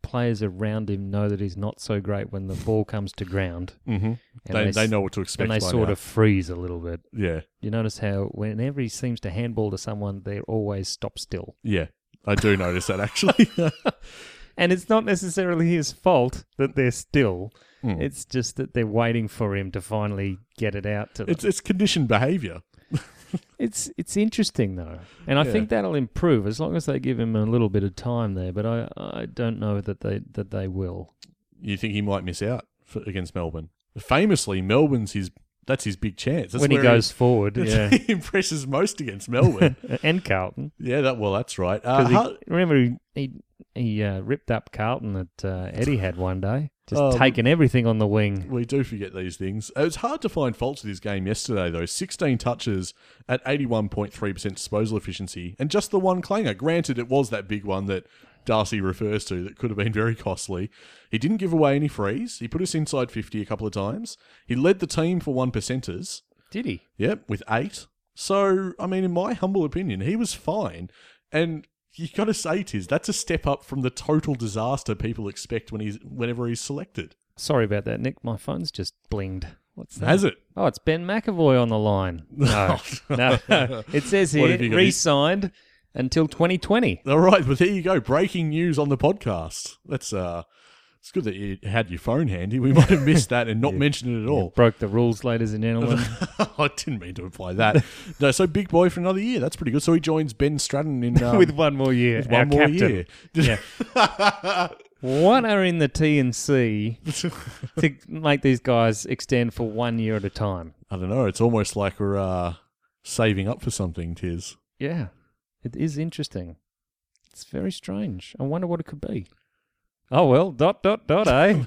Speaker 5: players around him know that he's not so great when the ball comes to ground.
Speaker 4: Mm-hmm.
Speaker 5: And
Speaker 4: They,
Speaker 5: s-
Speaker 4: they know what to expect.
Speaker 5: And they
Speaker 4: by
Speaker 5: sort
Speaker 4: now.
Speaker 5: of freeze a little bit.
Speaker 4: Yeah,
Speaker 5: You notice how whenever he seems to handball to someone, they always stop still.
Speaker 4: yeah. I do notice that,
Speaker 5: *laughs*
Speaker 4: actually.
Speaker 5: And it's not necessarily his fault that they're still.
Speaker 4: Mm.
Speaker 5: It's just that they're waiting for him to finally get it out to them.
Speaker 4: it's, it's conditioned behavior.
Speaker 5: It's it's interesting though, and I
Speaker 4: Yeah.
Speaker 5: think that'll improve as long as they give him a little bit of time there. But I, I don't know that they that they will.
Speaker 4: you think he might miss out for, against Melbourne. Famously, Melbourne's his that's his big chance. That's
Speaker 5: when he
Speaker 4: where
Speaker 5: goes
Speaker 4: *laughs*
Speaker 5: forward,
Speaker 4: that's
Speaker 5: yeah,
Speaker 4: where he
Speaker 5: *laughs*
Speaker 4: impresses most against Melbourne.
Speaker 5: and Carlton.
Speaker 4: yeah, that well, that's right. Uh,
Speaker 5: 'Cause he-
Speaker 4: Har-
Speaker 5: remember, he, he he uh, ripped up Carlton that uh, Eddie had one day, just
Speaker 4: Um,
Speaker 5: taking everything on the wing.
Speaker 4: We do forget these things. It was hard to find faults with his game yesterday, though. 16 touches at 81.3% disposal efficiency, and just the one clanger. Granted, it was that big one that Darcy refers to that could have been very costly. He didn't give away any frees. He put us inside 50 a couple of times. He led the team for one percenters.
Speaker 5: Did he?
Speaker 4: Yep, with eight. So, I mean, in my humble opinion, he was fine. And you got to say, Tiz, that's a step up from the total disaster people expect when he's whenever he's selected.
Speaker 5: Sorry about that, Nick. My phone's just blinged. What's that?
Speaker 4: Has it?
Speaker 5: Oh, it's Ben McAvoy on the line.
Speaker 4: *laughs*
Speaker 5: No, no. *laughs* It says
Speaker 4: What
Speaker 5: here,
Speaker 4: have you got?
Speaker 5: re-signed until 2020.
Speaker 4: All right, well there you go. Breaking news on the podcast. That's uh, it's good that you had your phone handy. We might have missed that and
Speaker 5: *laughs*
Speaker 4: not mentioned it at all.
Speaker 5: Broke the rules, ladies and gentlemen.
Speaker 4: *laughs*
Speaker 5: *laughs*
Speaker 4: I didn't mean to imply that. no, so big boy for another year. That's pretty good. So he joins Ben Stratton in um,
Speaker 5: *laughs* with one more year.
Speaker 4: one
Speaker 5: our
Speaker 4: more
Speaker 5: captain.
Speaker 4: year. *laughs*
Speaker 5: *laughs* What are in the T and C to *laughs* make these guys extend for one year at a time?
Speaker 4: I don't know. It's almost like we're uh, saving up for something, *laughs* Tiz.
Speaker 5: Yeah, it is interesting. It's very strange. I wonder what it could be. Oh well, dot dot dot, *laughs* eh?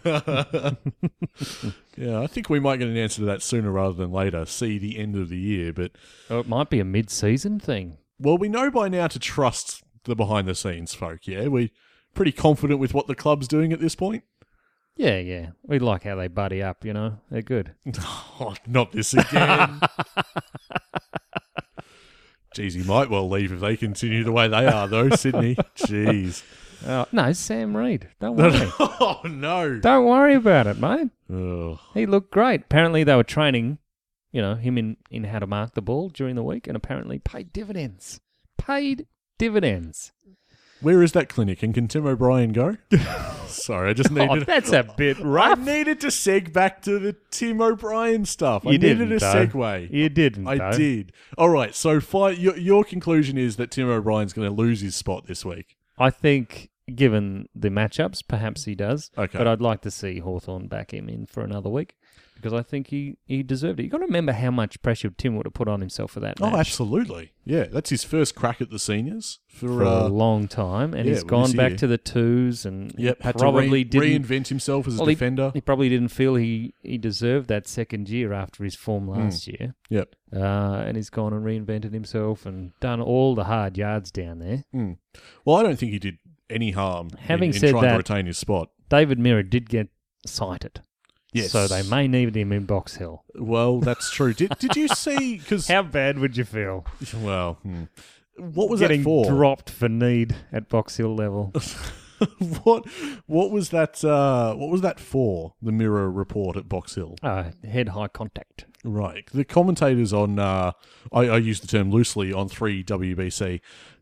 Speaker 4: Yeah, I think we might get an answer to that sooner rather than later. See the end of the year, but
Speaker 5: or Oh, it might be a mid-season thing.
Speaker 4: Well, we know by now to trust the behind the scenes folk, yeah? We're pretty confident with what the club's doing at this point. *laughs*
Speaker 5: Yeah, yeah. We like how they buddy up. You know, they're good.
Speaker 4: Oh, not this *laughs* again. Jeez, he might well leave if they continue the way they are, though, *laughs* Sydney. Jeez.
Speaker 5: Uh, no, it's Sam Reed. *laughs* Don't worry.
Speaker 4: Oh, no.
Speaker 5: Don't worry about it, mate.
Speaker 4: Ugh.
Speaker 5: He looked great. Apparently, they were training, you know, him in, in how to mark the ball during the week, and apparently paid dividends. Paid dividends.
Speaker 4: Where is that clinic? And can Tim O'Brien
Speaker 5: *laughs*
Speaker 4: go? Sorry, I just
Speaker 5: Oh,
Speaker 4: needed.
Speaker 5: that's a bit
Speaker 4: *laughs* I
Speaker 5: rough.
Speaker 4: needed to seg back to the Tim O'Brien stuff. I
Speaker 5: You
Speaker 4: needed a
Speaker 5: didn't, though.
Speaker 4: segue.
Speaker 5: You didn't.
Speaker 4: I
Speaker 5: though.
Speaker 4: did. All right. So, fi- your, your conclusion is that Tim O'Brien's going to lose his spot this week.
Speaker 5: I think, given the matchups, perhaps he does.
Speaker 4: Okay.
Speaker 5: But I'd like to see Hawthorn back him in for another week because I think he, he deserved it. You've got to remember how much pressure Tim would have put on himself for that
Speaker 4: Oh,
Speaker 5: match
Speaker 4: absolutely. Yeah, that's his first crack at the seniors for,
Speaker 5: for
Speaker 4: uh,
Speaker 5: a long time, and
Speaker 4: yeah,
Speaker 5: he's
Speaker 4: well, this
Speaker 5: gone back
Speaker 4: year.
Speaker 5: to the twos and
Speaker 4: yep. Had
Speaker 5: probably
Speaker 4: to re-
Speaker 5: didn't
Speaker 4: reinvent himself as a
Speaker 5: Well, he-
Speaker 4: defender.
Speaker 5: He, probably didn't feel he, he deserved that second year after his form last year.
Speaker 4: yep.
Speaker 5: Uh, and he's gone and reinvented himself and done all the hard yards down there.
Speaker 4: Well, I don't think he did any harm in-
Speaker 5: Having
Speaker 4: in,
Speaker 5: said
Speaker 4: trying to
Speaker 5: that-
Speaker 4: retain his spot.
Speaker 5: David Mirror did get cited.
Speaker 4: Yes.
Speaker 5: So they may need him in Box Hill.
Speaker 4: Well, that's true. Did Did you
Speaker 5: *laughs*
Speaker 4: see? Because
Speaker 5: How bad would you feel
Speaker 4: well, hmm. what was
Speaker 5: getting
Speaker 4: that for?
Speaker 5: dropped for need at Box Hill level?
Speaker 4: *laughs* what What was that? Uh, what was that for? The Mirror report at Box Hill.
Speaker 5: uh, head high contact.
Speaker 4: Right. The commentators on, uh, I, I use the term loosely, on 3WBC.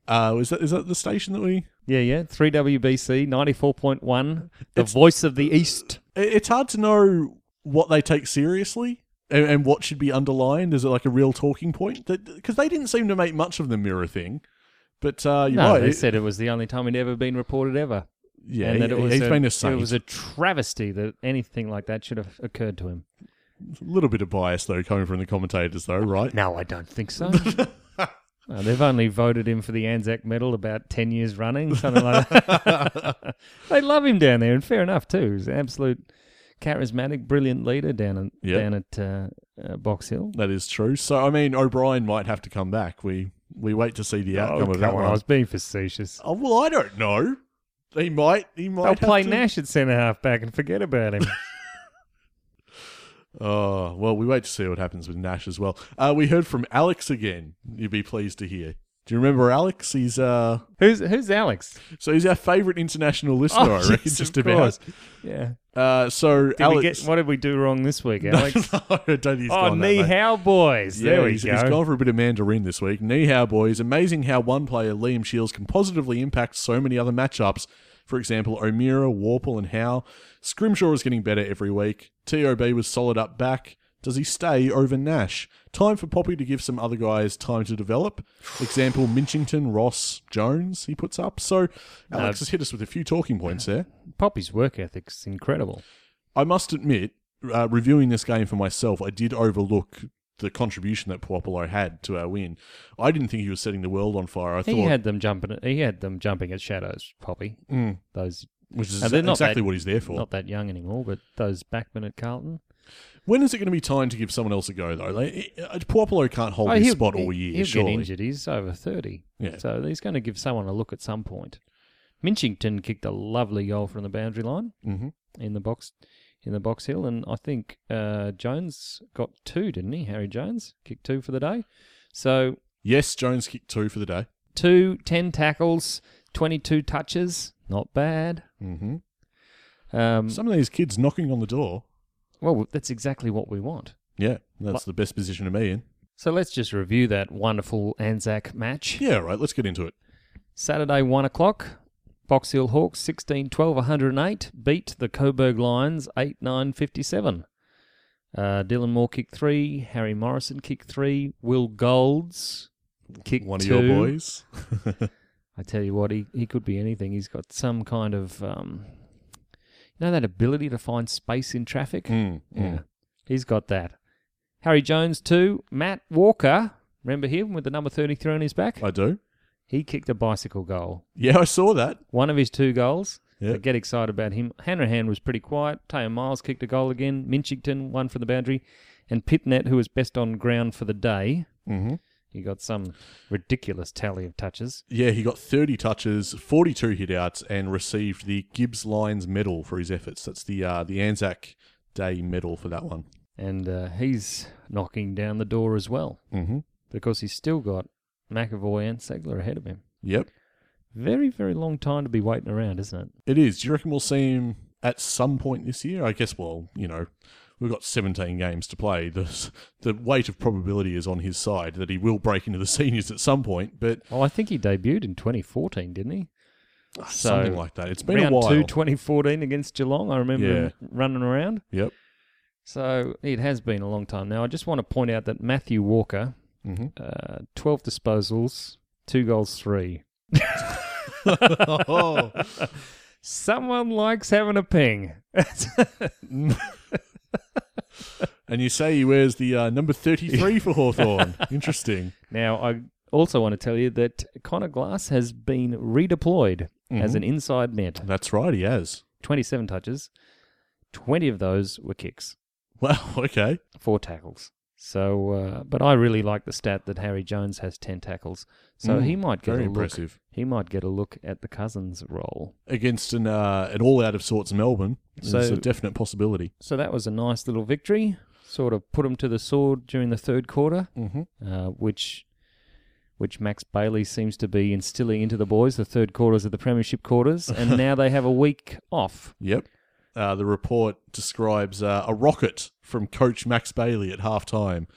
Speaker 4: Uh, is, that, is that the station that we.
Speaker 5: Yeah, yeah. 3WBC, 94.1. The voice of the East.
Speaker 4: It- It's hard to know what they take seriously and, and what should be underlined. Is it like a real talking point? Because they didn't seem to make much of the mirror thing. But uh, you're
Speaker 5: No,
Speaker 4: right.
Speaker 5: they
Speaker 4: it-
Speaker 5: said it was the only time he'd ever been reported ever.
Speaker 4: yeah,
Speaker 5: and that it was
Speaker 4: he's
Speaker 5: a,
Speaker 4: been a saint.
Speaker 5: It was a travesty that anything like that should have occurred to him.
Speaker 4: little bit of bias, though, coming from the commentators, though, right?
Speaker 5: No, I don't
Speaker 4: *laughs*
Speaker 5: think so. No, they've only voted him for the Anzac Medal about ten years running, something
Speaker 4: *laughs*
Speaker 5: like that. they love him down there, and fair enough too. He's an absolute charismatic, brilliant leader down in,
Speaker 4: Yeah.
Speaker 5: down at uh, uh, Box Hill.
Speaker 4: That is true. So, I mean, O'Brien might have to come back. We we wait to see the
Speaker 5: Oh,
Speaker 4: outcome of that one.
Speaker 5: I was being facetious.
Speaker 4: Oh, well, I don't know. He might. He might.
Speaker 5: They'll
Speaker 4: have
Speaker 5: play
Speaker 4: to-
Speaker 5: Nash at centre half back and forget
Speaker 4: *laughs*
Speaker 5: about him.
Speaker 4: Oh, well, we wait to see what happens with Nash as well. Uh, we heard from Alex again. You'd be pleased to hear. Do you remember Alex? He's uh,
Speaker 5: who's who's Alex?
Speaker 4: so he's our favourite international listener,
Speaker 5: *laughs*
Speaker 4: I
Speaker 5: Oh, yes,
Speaker 4: *laughs* reckon,
Speaker 5: of
Speaker 4: just about.
Speaker 5: course. Yeah.
Speaker 4: Uh, so
Speaker 5: Did
Speaker 4: Alex,
Speaker 5: we get, what did we do wrong this week, Alex?
Speaker 4: *laughs* no, I don't think he's
Speaker 5: Oh,
Speaker 4: gone that
Speaker 5: knee
Speaker 4: low.
Speaker 5: how boys.
Speaker 4: Yeah,
Speaker 5: there we
Speaker 4: he's,
Speaker 5: go.
Speaker 4: he's gone for a bit of mandarin this week. Nihao boys, amazing how one player, Liam Shields, can positively impact so many other matchups. For example, O'Meara, Warple, and Howe. Scrimshaw is getting better every week. TOB was solid up back. Does he stay over Nash? Time for Poppy to give some other guys time to develop. Example, Minchington, Ross, Jones, he puts up. So Alex has hit us with a few talking points there.
Speaker 5: Poppy's work ethic's incredible.
Speaker 4: I must admit, uh, reviewing this game for myself, I did overlook the contribution that Puopolo had to our win. I didn't think he was setting the world on fire. I
Speaker 5: He
Speaker 4: thought,
Speaker 5: had them jumping. He had them jumping at shadows, Poppy.
Speaker 4: Mm.
Speaker 5: Those
Speaker 4: which is
Speaker 5: and they're not
Speaker 4: exactly
Speaker 5: that-
Speaker 4: what he's there for.
Speaker 5: not that young anymore, but those backmen at Carlton.
Speaker 4: When is it going to be time to give someone else a go though? Like, uh, Puopolo can't hold his
Speaker 5: Oh, he'll-
Speaker 4: spot all year.
Speaker 5: He'll
Speaker 4: surely.
Speaker 5: get injured. He's over thirty,
Speaker 4: Yeah.
Speaker 5: so he's going to give someone a look at some point. Minchington kicked a lovely goal from the boundary line
Speaker 4: Mhm.
Speaker 5: in the box, in the box hill, and I think uh, Jones got two, didn't he? Harry Jones kicked two for the day, so
Speaker 4: Yes, Jones kicked two for the day.
Speaker 5: two, 10 tackles, twenty-two touches, not bad.
Speaker 4: Mm-hmm.
Speaker 5: Um,
Speaker 4: Some of these kids knocking on the door.
Speaker 5: well, that's exactly what we want.
Speaker 4: Yeah, that's the best position to be in.
Speaker 5: So let's just review that wonderful Anzac match.
Speaker 4: Yeah, right. Let's get into it.
Speaker 5: Saturday, 1 o'clock. Box Hill Hawks 16 12 108 beat the Coburg Lions 8 9 57. Uh, Dylan Moore kicked three. Harry Morrison kicked three. Will Golds kicked
Speaker 4: One
Speaker 5: two.
Speaker 4: of your boys.
Speaker 5: I tell you what, he, he could be anything. He's got some kind of, um, you know, that ability to find space in traffic.
Speaker 4: Hmm.
Speaker 5: yeah, he's got that. Harry Jones too. Matt Walker, remember him with the number thirty three on his back?
Speaker 4: I do.
Speaker 5: He kicked a bicycle goal.
Speaker 4: Yeah, I saw that.
Speaker 5: One of his two goals.
Speaker 4: Yeah.
Speaker 5: So get excited about him. Hanrahan was pretty quiet. Taylor Miles kicked a goal again. Minchington one from the boundary, and Pitnet, who was best on ground for the day,
Speaker 4: Mm-hmm.
Speaker 5: he got some ridiculous tally of touches.
Speaker 4: Yeah, he got 30 touches, 42 hitouts, and received the Gibbs Lions Medal for his efforts. That's the uh, the Anzac Day Medal for that one.
Speaker 5: and uh, he's knocking down the door as well
Speaker 4: Mm-hmm.
Speaker 5: because he's still got McAvoy and Segler ahead of him.
Speaker 4: Yep,
Speaker 5: Very, very long time to be waiting around, isn't it?
Speaker 4: it is. Do you reckon we'll see him at some point this year? I guess. Well, you know, we've got 17 games to play. The the weight of probability is on his side that he will break into the *laughs* seniors at some point, but
Speaker 5: Well, Oh, I think he debuted in 2014, didn't he?
Speaker 4: Ah, something like that. It's been
Speaker 5: round
Speaker 4: a while.
Speaker 5: two, 2014 against Geelong. I remember him running around.
Speaker 4: *laughs* yep.
Speaker 5: So it has been a long time now. I just want to point out that Matthew Walker,
Speaker 4: Mm-hmm.
Speaker 5: uh, 12 disposals, two goals, three.
Speaker 4: oh,
Speaker 5: Someone likes having a ping.
Speaker 4: and you say he wears the uh, number 33 for *laughs* Hawthorn. Interesting.
Speaker 5: Now, I also want to tell you that Connor Glass has been redeployed
Speaker 4: Mm-hmm.
Speaker 5: as an inside mid.
Speaker 4: That's right, he has.
Speaker 5: 27 touches, 20 of those were kicks,
Speaker 4: Wow, *laughs* okay.
Speaker 5: four tackles. So, uh, but I really like the stat that Harry Jones has 10 tackles. So
Speaker 4: Mm,
Speaker 5: he might get
Speaker 4: Very
Speaker 5: a
Speaker 4: impressive.
Speaker 5: look. He might get a look at the Cousins role.
Speaker 4: Against an, uh, an all out of sorts Melbourne, so, it's
Speaker 5: So-
Speaker 4: a definite possibility.
Speaker 5: So that was a nice little victory. Sort of put him to the sword during the third quarter,
Speaker 4: Mm-hmm.
Speaker 5: uh, which which Max Bailey seems to be instilling into the boys. The third quarters of the Premiership
Speaker 4: *laughs*
Speaker 5: quarters, and now they have a week off.
Speaker 4: Yep. Uh, the report describes uh, a rocket from coach Max Bailey at half time,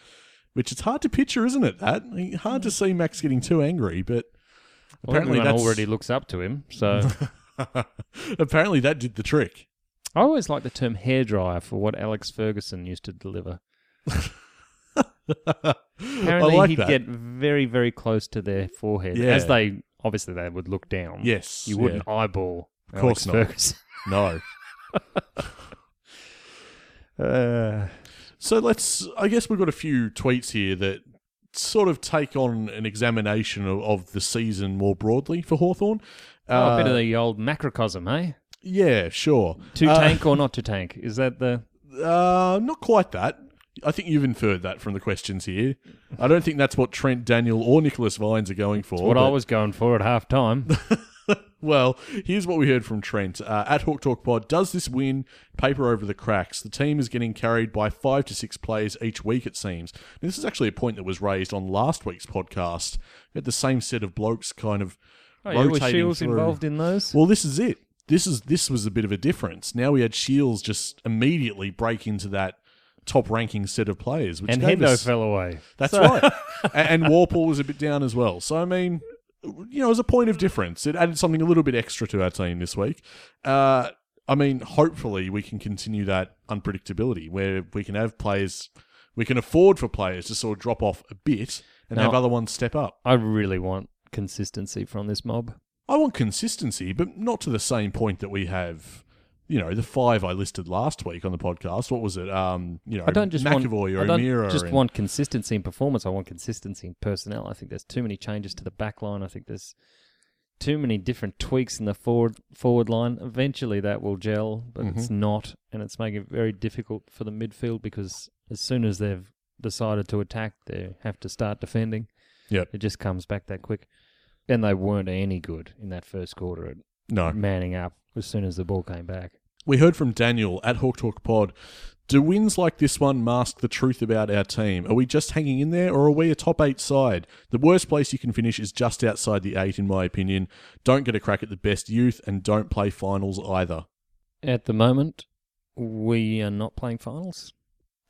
Speaker 4: which it's hard to picture, isn't it? That I mean, hard to see Max getting too angry, but
Speaker 5: Mm. Well,
Speaker 4: apparently
Speaker 5: everyone
Speaker 4: that's
Speaker 5: already looks up to him. So
Speaker 4: *laughs* apparently that did the trick.
Speaker 5: I always like the term hairdryer for what Alex Ferguson used to deliver. Apparently,
Speaker 4: I like
Speaker 5: he'd
Speaker 4: that.
Speaker 5: get very, very close to their forehead
Speaker 4: Yeah.
Speaker 5: as they obviously they would look down.
Speaker 4: yes,
Speaker 5: you
Speaker 4: yeah.
Speaker 5: wouldn't eyeball. Of
Speaker 4: course not. *laughs*
Speaker 5: Ferguson.
Speaker 4: No.
Speaker 5: Uh,
Speaker 4: So let's. I guess we've got a few tweets here that sort of take on an examination of, of the season more broadly for Hawthorn.
Speaker 5: oh, a bit
Speaker 4: uh,
Speaker 5: of the old macrocosm, eh?
Speaker 4: Yeah, sure.
Speaker 5: To
Speaker 4: Uh,
Speaker 5: tank or not to tank? Is that the
Speaker 4: Uh, not quite that. I think you've inferred that from the questions here. I don't think that's what Trent Daniel or Nicholas Vines are going for.
Speaker 5: what I
Speaker 4: but-
Speaker 5: was going for at
Speaker 4: *laughs*
Speaker 5: half time?
Speaker 4: Well, here's what we heard from Trent uh, at Hawk Talk Pod. Does this win paper over the cracks? The team is getting carried by five to six players each week, it seems. And this is actually a point that was raised on last week's podcast. We had the same set of blokes kind of
Speaker 5: oh, yeah, was
Speaker 4: rotating
Speaker 5: Shields
Speaker 4: through.
Speaker 5: involved in those?
Speaker 4: Well, this is it. This is this was a bit of a difference. Now we had Shields just immediately break into that top ranking set of players, which
Speaker 5: and
Speaker 4: gave
Speaker 5: Hendo
Speaker 4: us-
Speaker 5: fell away.
Speaker 4: that's
Speaker 5: *laughs*
Speaker 4: right. A- and, and Warple was a bit down as well. So I mean, you know, it was a point of difference. It added something a little bit extra to our team this week. Uh, I mean, hopefully we can continue that unpredictability where we can have players, we can afford for players to sort of drop off a bit and
Speaker 5: Now-
Speaker 4: have other ones step up.
Speaker 5: I really want consistency from this mob.
Speaker 4: I want consistency, but not to the same point that we have you know, the five I listed last week on the podcast. What was it? Um, you know,
Speaker 5: I don't just want,
Speaker 4: McAvoy or
Speaker 5: I don't
Speaker 4: O'Meara
Speaker 5: just
Speaker 4: and-
Speaker 5: want consistency in performance. I want consistency in personnel. I think there's too many changes to the back line. I think there's too many different tweaks in the forward forward line. Eventually, that will gel, but it's
Speaker 4: Mm-hmm.
Speaker 5: not, and it's making it very difficult for the midfield because as soon as they've decided to attack, they have to start defending.
Speaker 4: Yep.
Speaker 5: It just comes back that quick. And they weren't any good in that first quarter at
Speaker 4: no.
Speaker 5: manning up as soon as the ball came back.
Speaker 4: We heard from Daniel at Hawk Talk Pod. Do wins like this one mask the truth about our team? Are we just hanging in there or are we a top eight side? The worst place you can finish is just outside the eight, in my opinion. Don't get a crack at the best youth and don't play finals either.
Speaker 5: At the moment, we are not playing finals.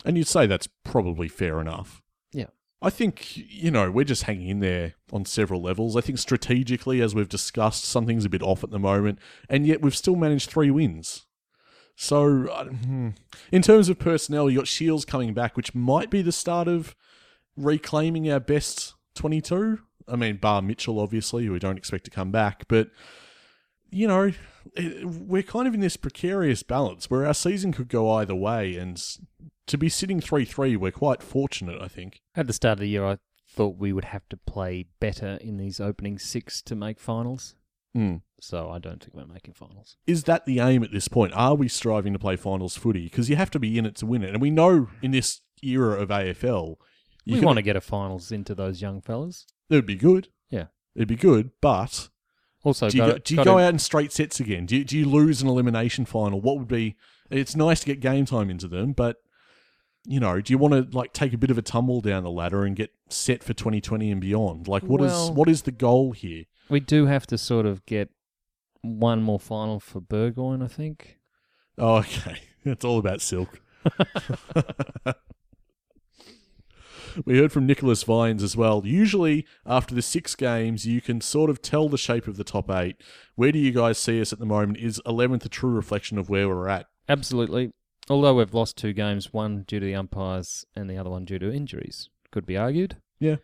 Speaker 4: And you'd say that's probably fair enough.
Speaker 5: Yeah.
Speaker 4: I think, you know, we're just hanging in there on several levels. I think strategically, as we've discussed, something's a bit off at the moment, and yet we've still managed three wins. So, I- hmm. in terms of personnel, you got Shields coming back, which might be the start of reclaiming our best 22. I mean, bar Mitchell, obviously, who we don't expect to come back, but you know, it, we're kind of in this precarious balance where our season could go either way, and s- to be sitting 3 3, we're quite fortunate, I think.
Speaker 5: At the start of the year, I thought we would have to play better in these opening six to make finals. Hmm.
Speaker 4: Mm.
Speaker 5: So I don't think we're making finals.
Speaker 4: Is that the aim at this point? Are we striving to play finals footy? Because you have to be in it to win it. And we know in this era of AFL, you
Speaker 5: we
Speaker 4: can-
Speaker 5: want to get a finals into those young fellas.
Speaker 4: it would be good.
Speaker 5: Yeah.
Speaker 4: It'd be good, but
Speaker 5: Also,
Speaker 4: do you,
Speaker 5: got-
Speaker 4: go, do you
Speaker 5: got
Speaker 4: go
Speaker 5: to-
Speaker 4: out in straight sets again? Do you, do you lose an elimination final? What would be? It's nice to get game time into them, but you know, do you want to like take a bit of a tumble down the ladder and get set for 2020 and beyond? Like, what is
Speaker 5: Well-
Speaker 4: what is the goal here?
Speaker 5: We do have to sort of get one more final for Burgoyne, I think.
Speaker 4: Oh, okay. *laughs* It's all about silk. *laughs* we heard from Nicholas Vines as well. Usually, after the six games, you can sort of tell the shape of the top eight. Where do you guys see us at the moment? Is 11th a true reflection of where we're at?
Speaker 5: Absolutely. Although we've lost two games, one due to the umpires and the other one due to injuries, could be argued.
Speaker 4: Yeah.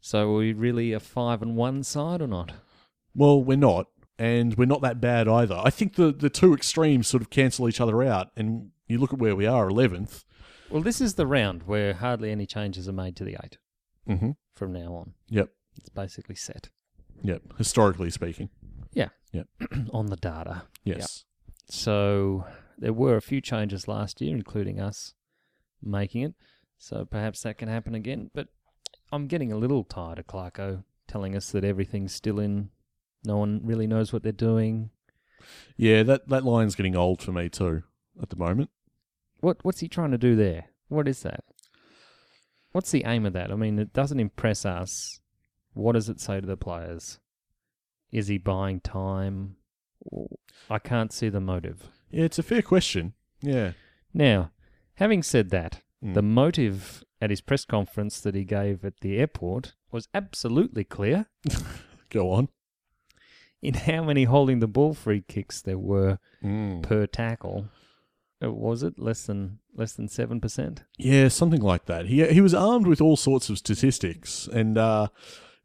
Speaker 5: So are we really a five and one side or not?
Speaker 4: Well, we're not, and we're not that bad either. I think the, the two extremes sort of cancel each other out, and you look at where we are 11th.
Speaker 5: Well, this is the round where hardly any changes are made to the eight
Speaker 4: Mm-hmm.
Speaker 5: from now on.
Speaker 4: Yep,
Speaker 5: It's basically set.
Speaker 4: yep, historically speaking.
Speaker 5: Yeah.
Speaker 4: Yep.
Speaker 5: on the data.
Speaker 4: Yes.
Speaker 5: So there were a few changes last year, including us making it. So perhaps that can happen again. But I'm getting a little tired of Clarko telling us that everything's still in. No one really knows what they're doing.
Speaker 4: Yeah, that, that line's getting old for me too at the moment.
Speaker 5: What what's he trying to do there? What is that? What's the aim of that? I mean, it doesn't impress us. What does it say to the players? Is he buying time? I can't see the motive.
Speaker 4: Yeah, it's a fair question. Yeah.
Speaker 5: Now, having said that,
Speaker 4: Mm.
Speaker 5: the motive at his press conference that he gave at the airport was absolutely clear *laughs*
Speaker 4: Go on.
Speaker 5: in how many holding the ball free kicks there were
Speaker 4: Mm.
Speaker 5: per tackle. Uh, Was it less than less than seven percent?
Speaker 4: Yeah, something like that. He he was armed with all sorts of statistics, and uh,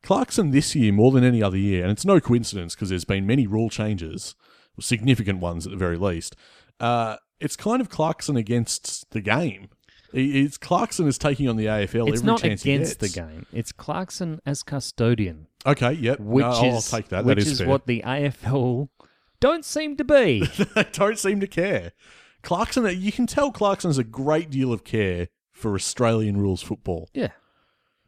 Speaker 4: Clarkson this year more than any other year, and it's no coincidence because there's been many rule changes, significant ones at the very least. Uh, it's kind of Clarkson against the game. He- It's Clarkson is taking on the AFL
Speaker 5: it's
Speaker 4: every
Speaker 5: not
Speaker 4: chance
Speaker 5: against
Speaker 4: he
Speaker 5: the
Speaker 4: gets.
Speaker 5: game. It's Clarkson as custodian,
Speaker 4: Okay, yep. No,
Speaker 5: which
Speaker 4: I'll-
Speaker 5: is
Speaker 4: I'll take that.
Speaker 5: which
Speaker 4: that is, fair.
Speaker 5: what the AFL don't seem to be.
Speaker 4: *laughs* they don't seem to care. Clarkson, you can tell Clarkson has a great deal of care for Australian rules football.
Speaker 5: yeah,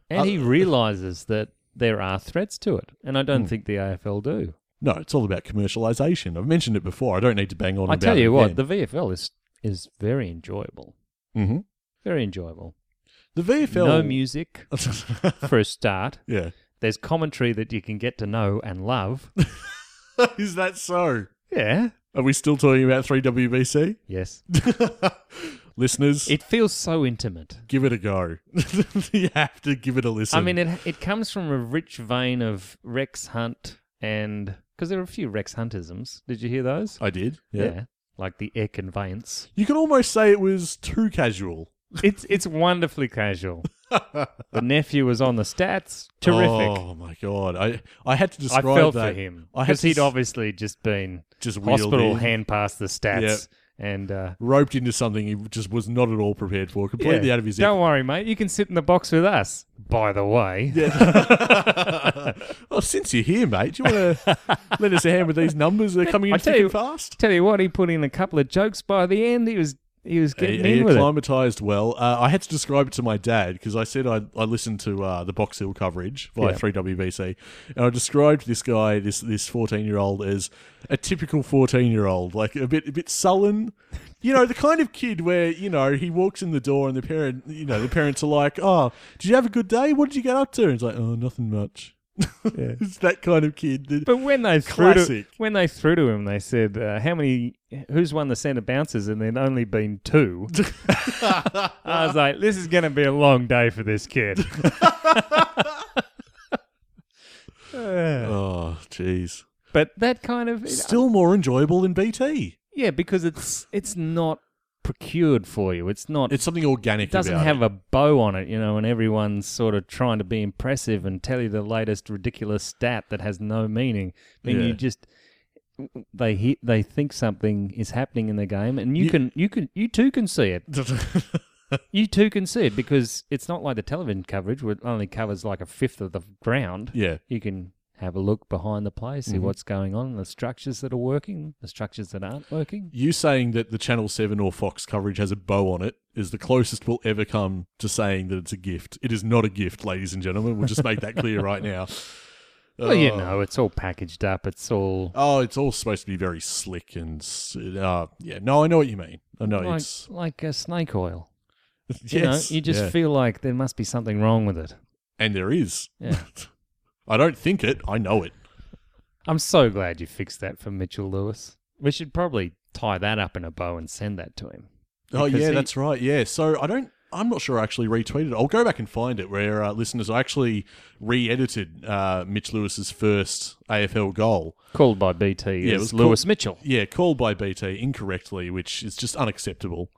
Speaker 5: and he
Speaker 4: Uh,
Speaker 5: realizes that there are threats to it, and I
Speaker 4: Hmm.
Speaker 5: don't think the AFL do.
Speaker 4: No, it's all about commercialization. I've mentioned it before. I don't need to bang on.
Speaker 5: I
Speaker 4: about
Speaker 5: tell
Speaker 4: it
Speaker 5: you what,
Speaker 4: again.
Speaker 5: the VFL is is very enjoyable.
Speaker 4: Mhm.
Speaker 5: Very enjoyable.
Speaker 4: the, VFL.
Speaker 5: No music for a start.
Speaker 4: *laughs* yeah, *laughs*
Speaker 5: There's commentary that you can get to know and love.
Speaker 4: is that so?
Speaker 5: Yeah.
Speaker 4: Are we still talking about three WBC
Speaker 5: Yes.
Speaker 4: *laughs* listeners?
Speaker 5: It feels so intimate.
Speaker 4: give it a go. *laughs* you have to give it a listen.
Speaker 5: I mean, it it comes from a rich vein of Rex Hunt and because there are a few Rex Huntisms. Did you hear those?
Speaker 4: I did. Uh, Yeah.
Speaker 5: Like the air conveyance.
Speaker 4: you could almost say it was too casual. *laughs*
Speaker 5: It's it's wonderfully casual. the nephew was on the stats. Terrific.
Speaker 4: Oh my god! I I had to
Speaker 5: I
Speaker 4: describe
Speaker 5: felt
Speaker 4: that.
Speaker 5: for him
Speaker 4: I had
Speaker 5: because
Speaker 4: to
Speaker 5: he'd
Speaker 4: s-
Speaker 5: obviously just been
Speaker 4: Just wheeled
Speaker 5: hospital
Speaker 4: in.
Speaker 5: hand past the stats and uh,
Speaker 4: roped into something he just was not at all prepared for, completely out of his.
Speaker 5: Don't worry, mate. You can sit in the box with us. By the way,
Speaker 4: *laughs* Well, since you're here, mate, do you want
Speaker 5: *laughs*
Speaker 4: to lend us a hand with these numbers? They're coming in
Speaker 5: I tell
Speaker 4: thick
Speaker 5: you-
Speaker 4: and fast.
Speaker 5: tell you what, he put in a couple of jokes. By the end, he was he was
Speaker 4: He,
Speaker 5: getting
Speaker 4: he
Speaker 5: in with it.
Speaker 4: acclimatized well. Uh, I had to describe it to my dad because I said I, I listened to uh, the Box Hill coverage by
Speaker 5: Yeah.
Speaker 4: 3WBC, and I described this guy, this this 14 year old, as a typical 14 year old, like a bit a bit sullen. You know, the kind of kid where you know he walks in the door and the parent, you know, the parents are like, "Oh, did you have a good day? What did you get up to?" And he's like, "Oh, nothing much." *laughs* it's that kind of kid. that-
Speaker 5: But when they threw to,
Speaker 4: Classic.
Speaker 5: when they threw to him, they said, uh, "How many? Who's won the centre bounces?" And there'd only been
Speaker 4: *laughs*
Speaker 5: two. I was like, "This is going to be a long day for this kid."
Speaker 4: *laughs*
Speaker 5: *laughs*
Speaker 4: oh, jeez.
Speaker 5: Uh, but uh, that kind of
Speaker 4: Still more enjoyable than BT.
Speaker 5: yeah, because it's it's not procured for you. It's not.
Speaker 4: It's something organic.
Speaker 5: it doesn't
Speaker 4: about
Speaker 5: have a bow on it, you know, and everyone's sort of trying to be impressive and tell you the latest ridiculous stat that has no meaning. Then
Speaker 4: Yeah.
Speaker 5: you just they hit, they think something is happening in the game, and you, can you can you too can see it.
Speaker 4: it. *laughs*
Speaker 5: You too can see it because it's not like the television coverage where it only covers like a fifth of the ground.
Speaker 4: yeah. Mm-hmm.
Speaker 5: You can have a look behind the play, see what's going on, the structures that are working, the structures that aren't working.
Speaker 4: you saying that the Channel 7 or Fox coverage has a bow on it is the closest we'll ever come to saying that it's a gift. It is not a gift, ladies and gentlemen. We'll just make that
Speaker 5: *laughs*
Speaker 4: clear right now. Uh,
Speaker 5: Well, you know, it's all packaged up. It's all
Speaker 4: Oh, it's all supposed to be very slick and. s- Uh, yeah, no, I know what you mean. I know
Speaker 5: like
Speaker 4: it's.
Speaker 5: like uh, snake oil.
Speaker 4: *laughs* Yes.
Speaker 5: You know, you just
Speaker 4: yeah.
Speaker 5: feel like there must be something wrong with it.
Speaker 4: and there is.
Speaker 5: Yeah.
Speaker 4: *laughs* I don't think it. I know it.
Speaker 5: I'm so glad you fixed that for Mitchell Lewis. We should probably tie that up in a bow and send that to him.
Speaker 4: Oh
Speaker 5: Because
Speaker 4: yeah,
Speaker 5: he-
Speaker 4: that's right. Yeah, so I don't. I'm not sure I actually retweeted. it. I'll go back and find it. Where uh, listeners, I actually re-edited uh, Mitch Lewis's first AFL goal.
Speaker 5: Called by BT
Speaker 4: Yeah, it
Speaker 5: as
Speaker 4: was
Speaker 5: Lewis
Speaker 4: called-
Speaker 5: Mitchell.
Speaker 4: Yeah, called by BT incorrectly, which is just unacceptable.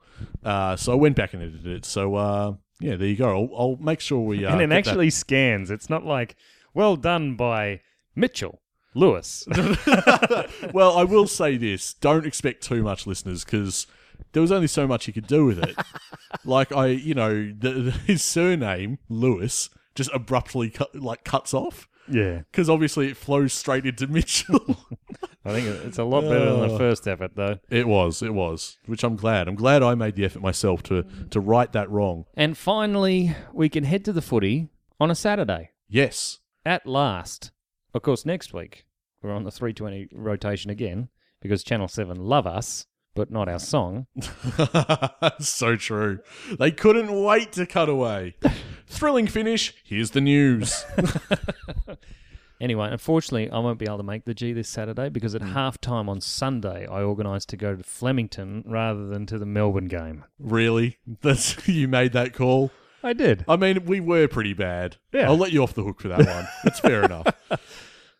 Speaker 4: Uh, so I went back and edited it. So uh, yeah, there you go. I'll, I'll make sure we. Uh,
Speaker 5: and
Speaker 4: get
Speaker 5: it
Speaker 4: that-
Speaker 5: actually scans. It's not like, well done by Mitchell *laughs* Lewis.
Speaker 4: *laughs* well, I will say this: don't expect too much, listeners, because there was only so much you could do with
Speaker 5: *laughs*
Speaker 4: it. like I, you know, the, the, his surname Lewis just abruptly cut, like cuts off
Speaker 5: yeah.
Speaker 4: because obviously it flows straight into *laughs* Mitchell.
Speaker 5: I think it- it's a lot better than the first effort, though.
Speaker 4: it was, it was, which I'm glad. I'm glad I made the effort myself to to right that wrong.
Speaker 5: And finally, we can head to the footy on a Saturday.
Speaker 4: Yes, *laughs*
Speaker 5: at last. Of course, next week we're on the 320 rotation again because Channel 7 love us, but not our song.
Speaker 4: so true. They couldn't wait to cut away. *laughs* Thrilling finish. Here's the *laughs* news.
Speaker 5: Anyway, unfortunately, I won't be able to make the G this Saturday because at half halftime on Sunday, I organised to go to Flemington rather than to the Melbourne game.
Speaker 4: really? That's you made that call.
Speaker 5: I did.
Speaker 4: I mean, we were pretty bad.
Speaker 5: Yeah.
Speaker 4: I'll let you off the hook for that one. It's
Speaker 5: *laughs*
Speaker 4: fair enough.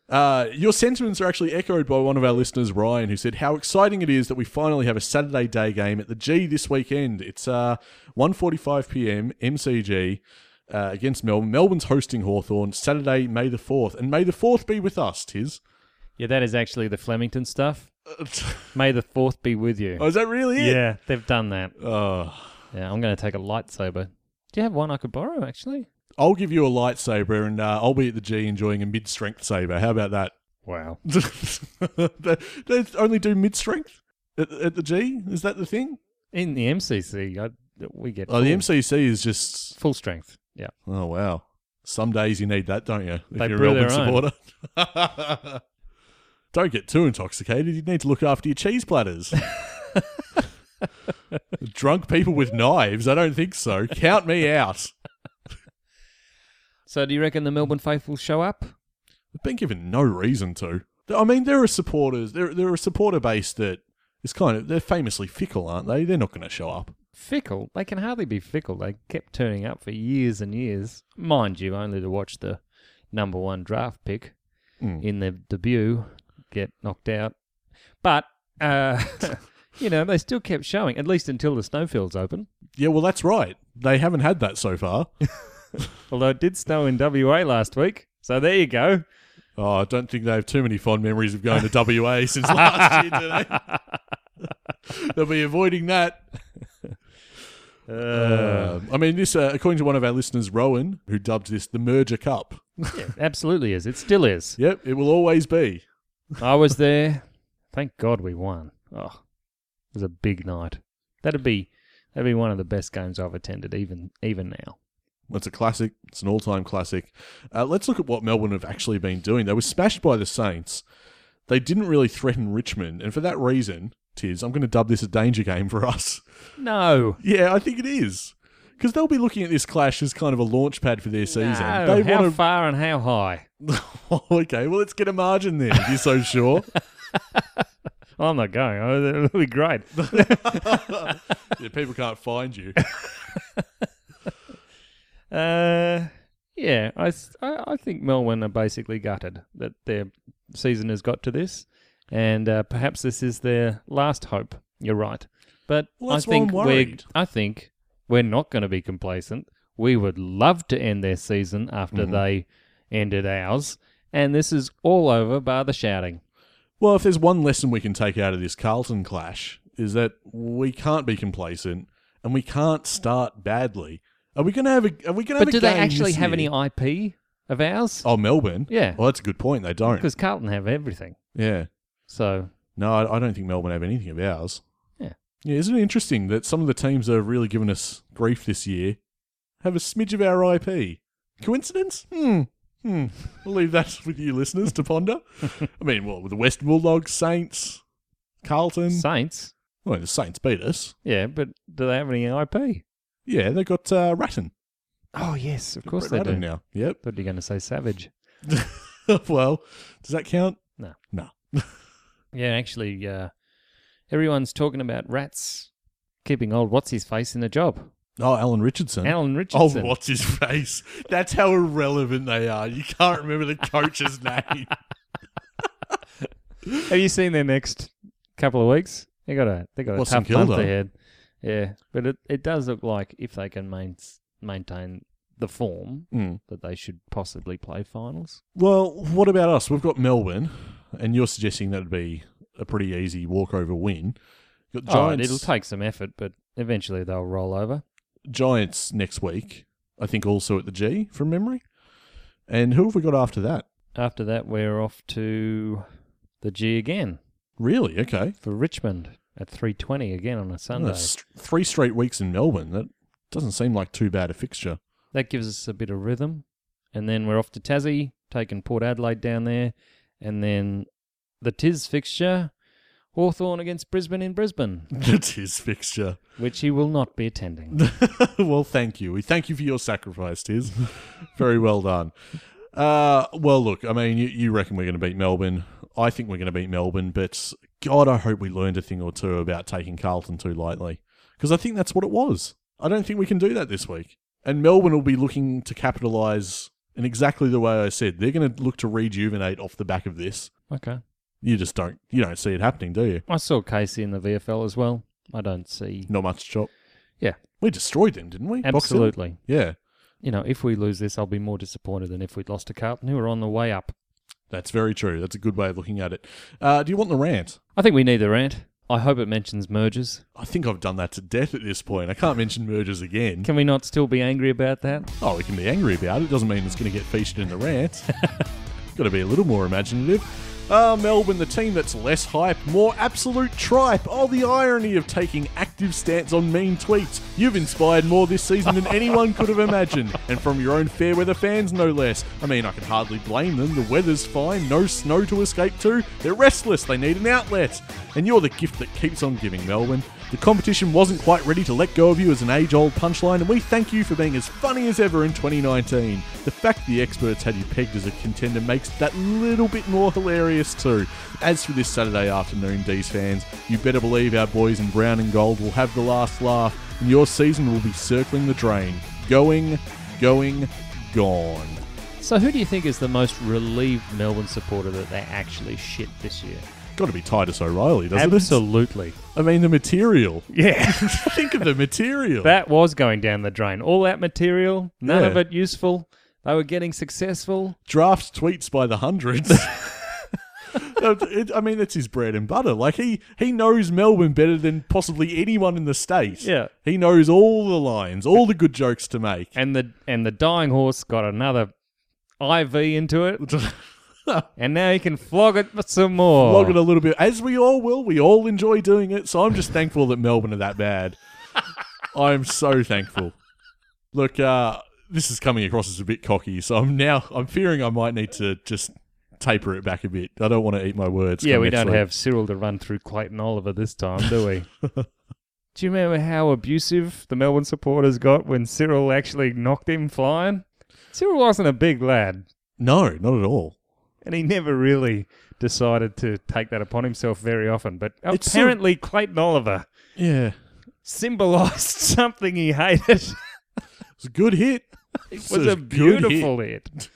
Speaker 4: Uh, your sentiments are actually echoed by one of our listeners, Ryan, who said how exciting it is that we finally have a Saturday day game at the G this weekend. It's uh, 1.45 p.m. MCG uh, against Melbourne. Melbourne's hosting Hawthorn Saturday, May the 4th. And may the 4th be with us,
Speaker 5: *laughs*
Speaker 4: Tiz.
Speaker 5: Yeah, that is actually the Flemington stuff. May the 4th be with you.
Speaker 4: Oh, is that really it?
Speaker 5: yeah, they've done that.
Speaker 4: Oh.
Speaker 5: Yeah, I'm going to take a lightsaber. Do you have one I could borrow, actually?
Speaker 4: I'll give you a lightsaber and uh, I'll be at the G enjoying a mid strength saber. How about that?
Speaker 5: Wow.
Speaker 4: they, *laughs* they only do mid strength at, at the G? Is that the thing?
Speaker 5: In the MCC, I, we get
Speaker 4: Oh, the
Speaker 5: full-
Speaker 4: MCC is just.
Speaker 5: full strength. Yeah.
Speaker 4: Oh, wow. Some days you need that, don't you? If
Speaker 5: They
Speaker 4: you're a
Speaker 5: brew their
Speaker 4: Melbourne supporter. *laughs* don't get too intoxicated. You need to look after your cheese
Speaker 5: *laughs*
Speaker 4: platters. Drunk people with knives? I don't think so. Count me out.
Speaker 5: So do you reckon the Melbourne faithful show up?
Speaker 4: I've been given no reason to. I mean, there are supporters. There, there are a supporter base that is kind of they're famously fickle, aren't they? They're not going to show up.
Speaker 5: Fickle. They can hardly be fickle. They kept turning up for years and years. Mind you, only to watch the number one draft pick in their debut get knocked out. But, uh, *laughs* you know, they still kept showing, at least until the snowfield's open.
Speaker 4: Yeah, well, that's right. They haven't had that so far.
Speaker 5: Although it did snow in WA last week. So there you go.
Speaker 4: Oh, I don't think they have too many fond memories of going to WA since last year, do they? They'll be avoiding that. Um, I mean, this, uh, according to one of our listeners, Rowan, who dubbed this the Merger Cup.
Speaker 5: Absolutely is. It still is.
Speaker 4: Yep, it will always be.
Speaker 5: I was there. Thank God we won. Oh, it was a big night. That'd be that'd be one of the best games I've attended, even even now.
Speaker 4: It's a classic. It's an all-time classic. Uh, let's look at what Melbourne have actually been doing. They were smashed by the Saints. They didn't really threaten Richmond, and for that reason, Tiz, I'm going to dub this a danger game for us.
Speaker 5: No.
Speaker 4: Yeah, I think it is because they'll be looking at this clash as kind of a launch pad for their season.
Speaker 5: No.
Speaker 4: they
Speaker 5: how
Speaker 4: wanna- Oh,
Speaker 5: far and how high?
Speaker 4: *laughs* okay, well, let's get a margin then. If you're so
Speaker 5: *laughs*
Speaker 4: sure.
Speaker 5: I'm not going. Oh, that'll be great.
Speaker 4: yeah, people can't find you.
Speaker 5: Uh, yeah, I, s- I- I think Melbourne are basically gutted that their season has got to this, and uh, perhaps this is their last hope. You're right, but
Speaker 4: Well,
Speaker 5: I
Speaker 4: that's why I'm
Speaker 5: think we're
Speaker 4: worried.
Speaker 5: I think we're not going to be complacent. We would love to end their season after
Speaker 4: Mm-hmm.
Speaker 5: they ended ours, and this is all over bar the shouting.
Speaker 4: Well, if there's one lesson we can take out of this Carlton clash is that we can't be complacent and we can't start badly. Are we going to have a? Are we going to?
Speaker 5: But do they actually have any IP of ours?
Speaker 4: Oh, Melbourne.
Speaker 5: Yeah.
Speaker 4: Well, that's a good point. They don't.
Speaker 5: Because Carlton have everything,
Speaker 4: Yeah.
Speaker 5: so
Speaker 4: No, I, I don't think Melbourne have anything of ours.
Speaker 5: Yeah.
Speaker 4: Yeah. Isn't it interesting that some of the teams that have really given us grief this year have a smidge of our IP? Coincidence? Hmm. Hmm. I'll leave that with you listeners to
Speaker 5: *laughs*
Speaker 4: ponder. I mean, well, with the West Bulldogs, Saints, Carlton.
Speaker 5: Saints.
Speaker 4: Well, the Saints beat us.
Speaker 5: Yeah, but do they have any IP?
Speaker 4: Yeah, they got uh, Ratton.
Speaker 5: Oh yes, of course they
Speaker 4: Brett
Speaker 5: do.
Speaker 4: Ratton now. Yep. *laughs*
Speaker 5: Thought you were going to say Savage.
Speaker 4: well, does that count?
Speaker 5: No.
Speaker 4: No.
Speaker 5: Yeah, actually, uh, everyone's talking about rats keeping old what's his face in the job.
Speaker 4: Oh, Alan Richardson.
Speaker 5: Alan
Speaker 4: Oh,
Speaker 5: Richardson.
Speaker 4: what's his face? That's how irrelevant they are. You can't remember the
Speaker 5: *laughs*
Speaker 4: coach's name.
Speaker 5: Have you seen their next couple of weeks? They got a they got a
Speaker 4: What, St
Speaker 5: tough month
Speaker 4: Kilda?
Speaker 5: ahead. Yeah, but it, it does look like if they can main, maintain the form
Speaker 4: Mm.
Speaker 5: that they should possibly play finals.
Speaker 4: Well, what about us? We've got Melbourne, and you're suggesting that'd be a pretty easy walkover win. Got
Speaker 5: Oh,
Speaker 4: Giants,
Speaker 5: it'll take some effort, but eventually they'll roll over.
Speaker 4: Giants next week, I think also at the G from memory. And who have we got after that?
Speaker 5: After that, we're off to the G again
Speaker 4: Really? Okay.
Speaker 5: for Richmond at three twenty again on a Sunday.
Speaker 4: That's three straight weeks in Melbourne. That doesn't seem like too bad a fixture.
Speaker 5: that gives us a bit of rhythm. And then we're off to Tassie, taking Port Adelaide down there. And then the Tiz fixture, Hawthorn against Brisbane in Brisbane,
Speaker 4: It's his fixture.
Speaker 5: which he will not be attending.
Speaker 4: *laughs* well, thank you. We thank you for your sacrifice, Tiz. *laughs* Very well done. Uh, well, look, I mean, you, you reckon we're going to beat Melbourne. I think we're going to beat Melbourne, but God, I hope we learned a thing or two about taking Carlton too lightly because I think that's what it was. I don't think we can do that this week. And Melbourne will be looking to capitalise in exactly the way I said. They're going to look to rejuvenate off the back of this.
Speaker 5: okay.
Speaker 4: You just don't, you don't see it happening, do you?
Speaker 5: I saw Casey in the VFL as well. I don't see.
Speaker 4: Not much chop.
Speaker 5: Yeah,
Speaker 4: We destroyed them, didn't we? Box Hill?
Speaker 5: absolutely.
Speaker 4: Yeah,
Speaker 5: You know, if we lose this, I'll be more disappointed than if we'd lost to Carlton, who are on the way up.
Speaker 4: that's very true. That's a good way of looking at it. Uh, do you want the rant?
Speaker 5: I think we need the rant. I hope it mentions mergers.
Speaker 4: I think I've done that to death at this point. I can't mention mergers again.
Speaker 5: Can we not still be angry about that?
Speaker 4: Oh, we can be angry about it. Doesn't mean it's going to get featured in the rant. Got to be a little more imaginative. Uh, Melbourne, the team that's less hype, more absolute tripe. Oh, the irony of taking active stance on mean tweets. You've inspired more this season than anyone could have imagined, and from your own fair weather fans, no less. I mean, I can hardly blame them. The weather's fine, no snow to escape to. They're restless, they need an outlet. And you're the gift that keeps on giving, Melbourne. The competition wasn't quite ready to let go of you as an age old punchline, and we thank you for being as funny as ever in 2019. The fact the experts had you pegged as a contender makes that little bit more hilarious, too. As for this Saturday afternoon, D's fans, you better believe our boys in brown and gold will have the last laugh, and your season will be circling the drain. Going, going, gone.
Speaker 5: So, who do you think is the most relieved Melbourne supporter that they actually shit this year?
Speaker 4: Got to be Titus O'Reilly, doesn't it?
Speaker 5: Absolutely.
Speaker 4: I mean, the material.
Speaker 5: Yeah.
Speaker 4: Think of the material.
Speaker 5: *laughs* that was going down the drain. All that material, none
Speaker 4: Yeah.
Speaker 5: of it useful. They were getting successful.
Speaker 4: draft tweets by the
Speaker 5: *laughs*
Speaker 4: hundreds. Uh, it- I mean, that's his bread and butter. Like he he knows Melbourne better than possibly anyone in the state.
Speaker 5: Yeah.
Speaker 4: he knows all the lines, all the good jokes to make.
Speaker 5: And the and the dying horse got another IV into it.
Speaker 4: *laughs*
Speaker 5: and now he can flog it some more.
Speaker 4: Log it a little bit, as we all will. We all enjoy doing it, so I'm
Speaker 5: *laughs*
Speaker 4: just thankful that Melbourne are that bad. I'm so thankful. Look, uh, this is coming across as a bit cocky, so I'm now I'm fearing I might need to just taper it back a bit. I don't want to eat my words.
Speaker 5: yeah,
Speaker 4: come
Speaker 5: we
Speaker 4: next
Speaker 5: don't
Speaker 4: week.
Speaker 5: have Cyril to run through Clayton Oliver this time, do we? *laughs* Do you remember how abusive the Melbourne supporters got when Cyril actually knocked him flying? Cyril wasn't a big lad.
Speaker 4: No, not at all.
Speaker 5: and he never really decided to take that upon himself very often. But
Speaker 4: It's so-
Speaker 5: apparently, Clayton Oliver
Speaker 4: Yeah.
Speaker 5: symbolised *laughs* something he hated.
Speaker 4: It's a good hit.
Speaker 5: *laughs* it
Speaker 4: It's
Speaker 5: *laughs* was a
Speaker 4: good
Speaker 5: beautiful hit.
Speaker 4: hit.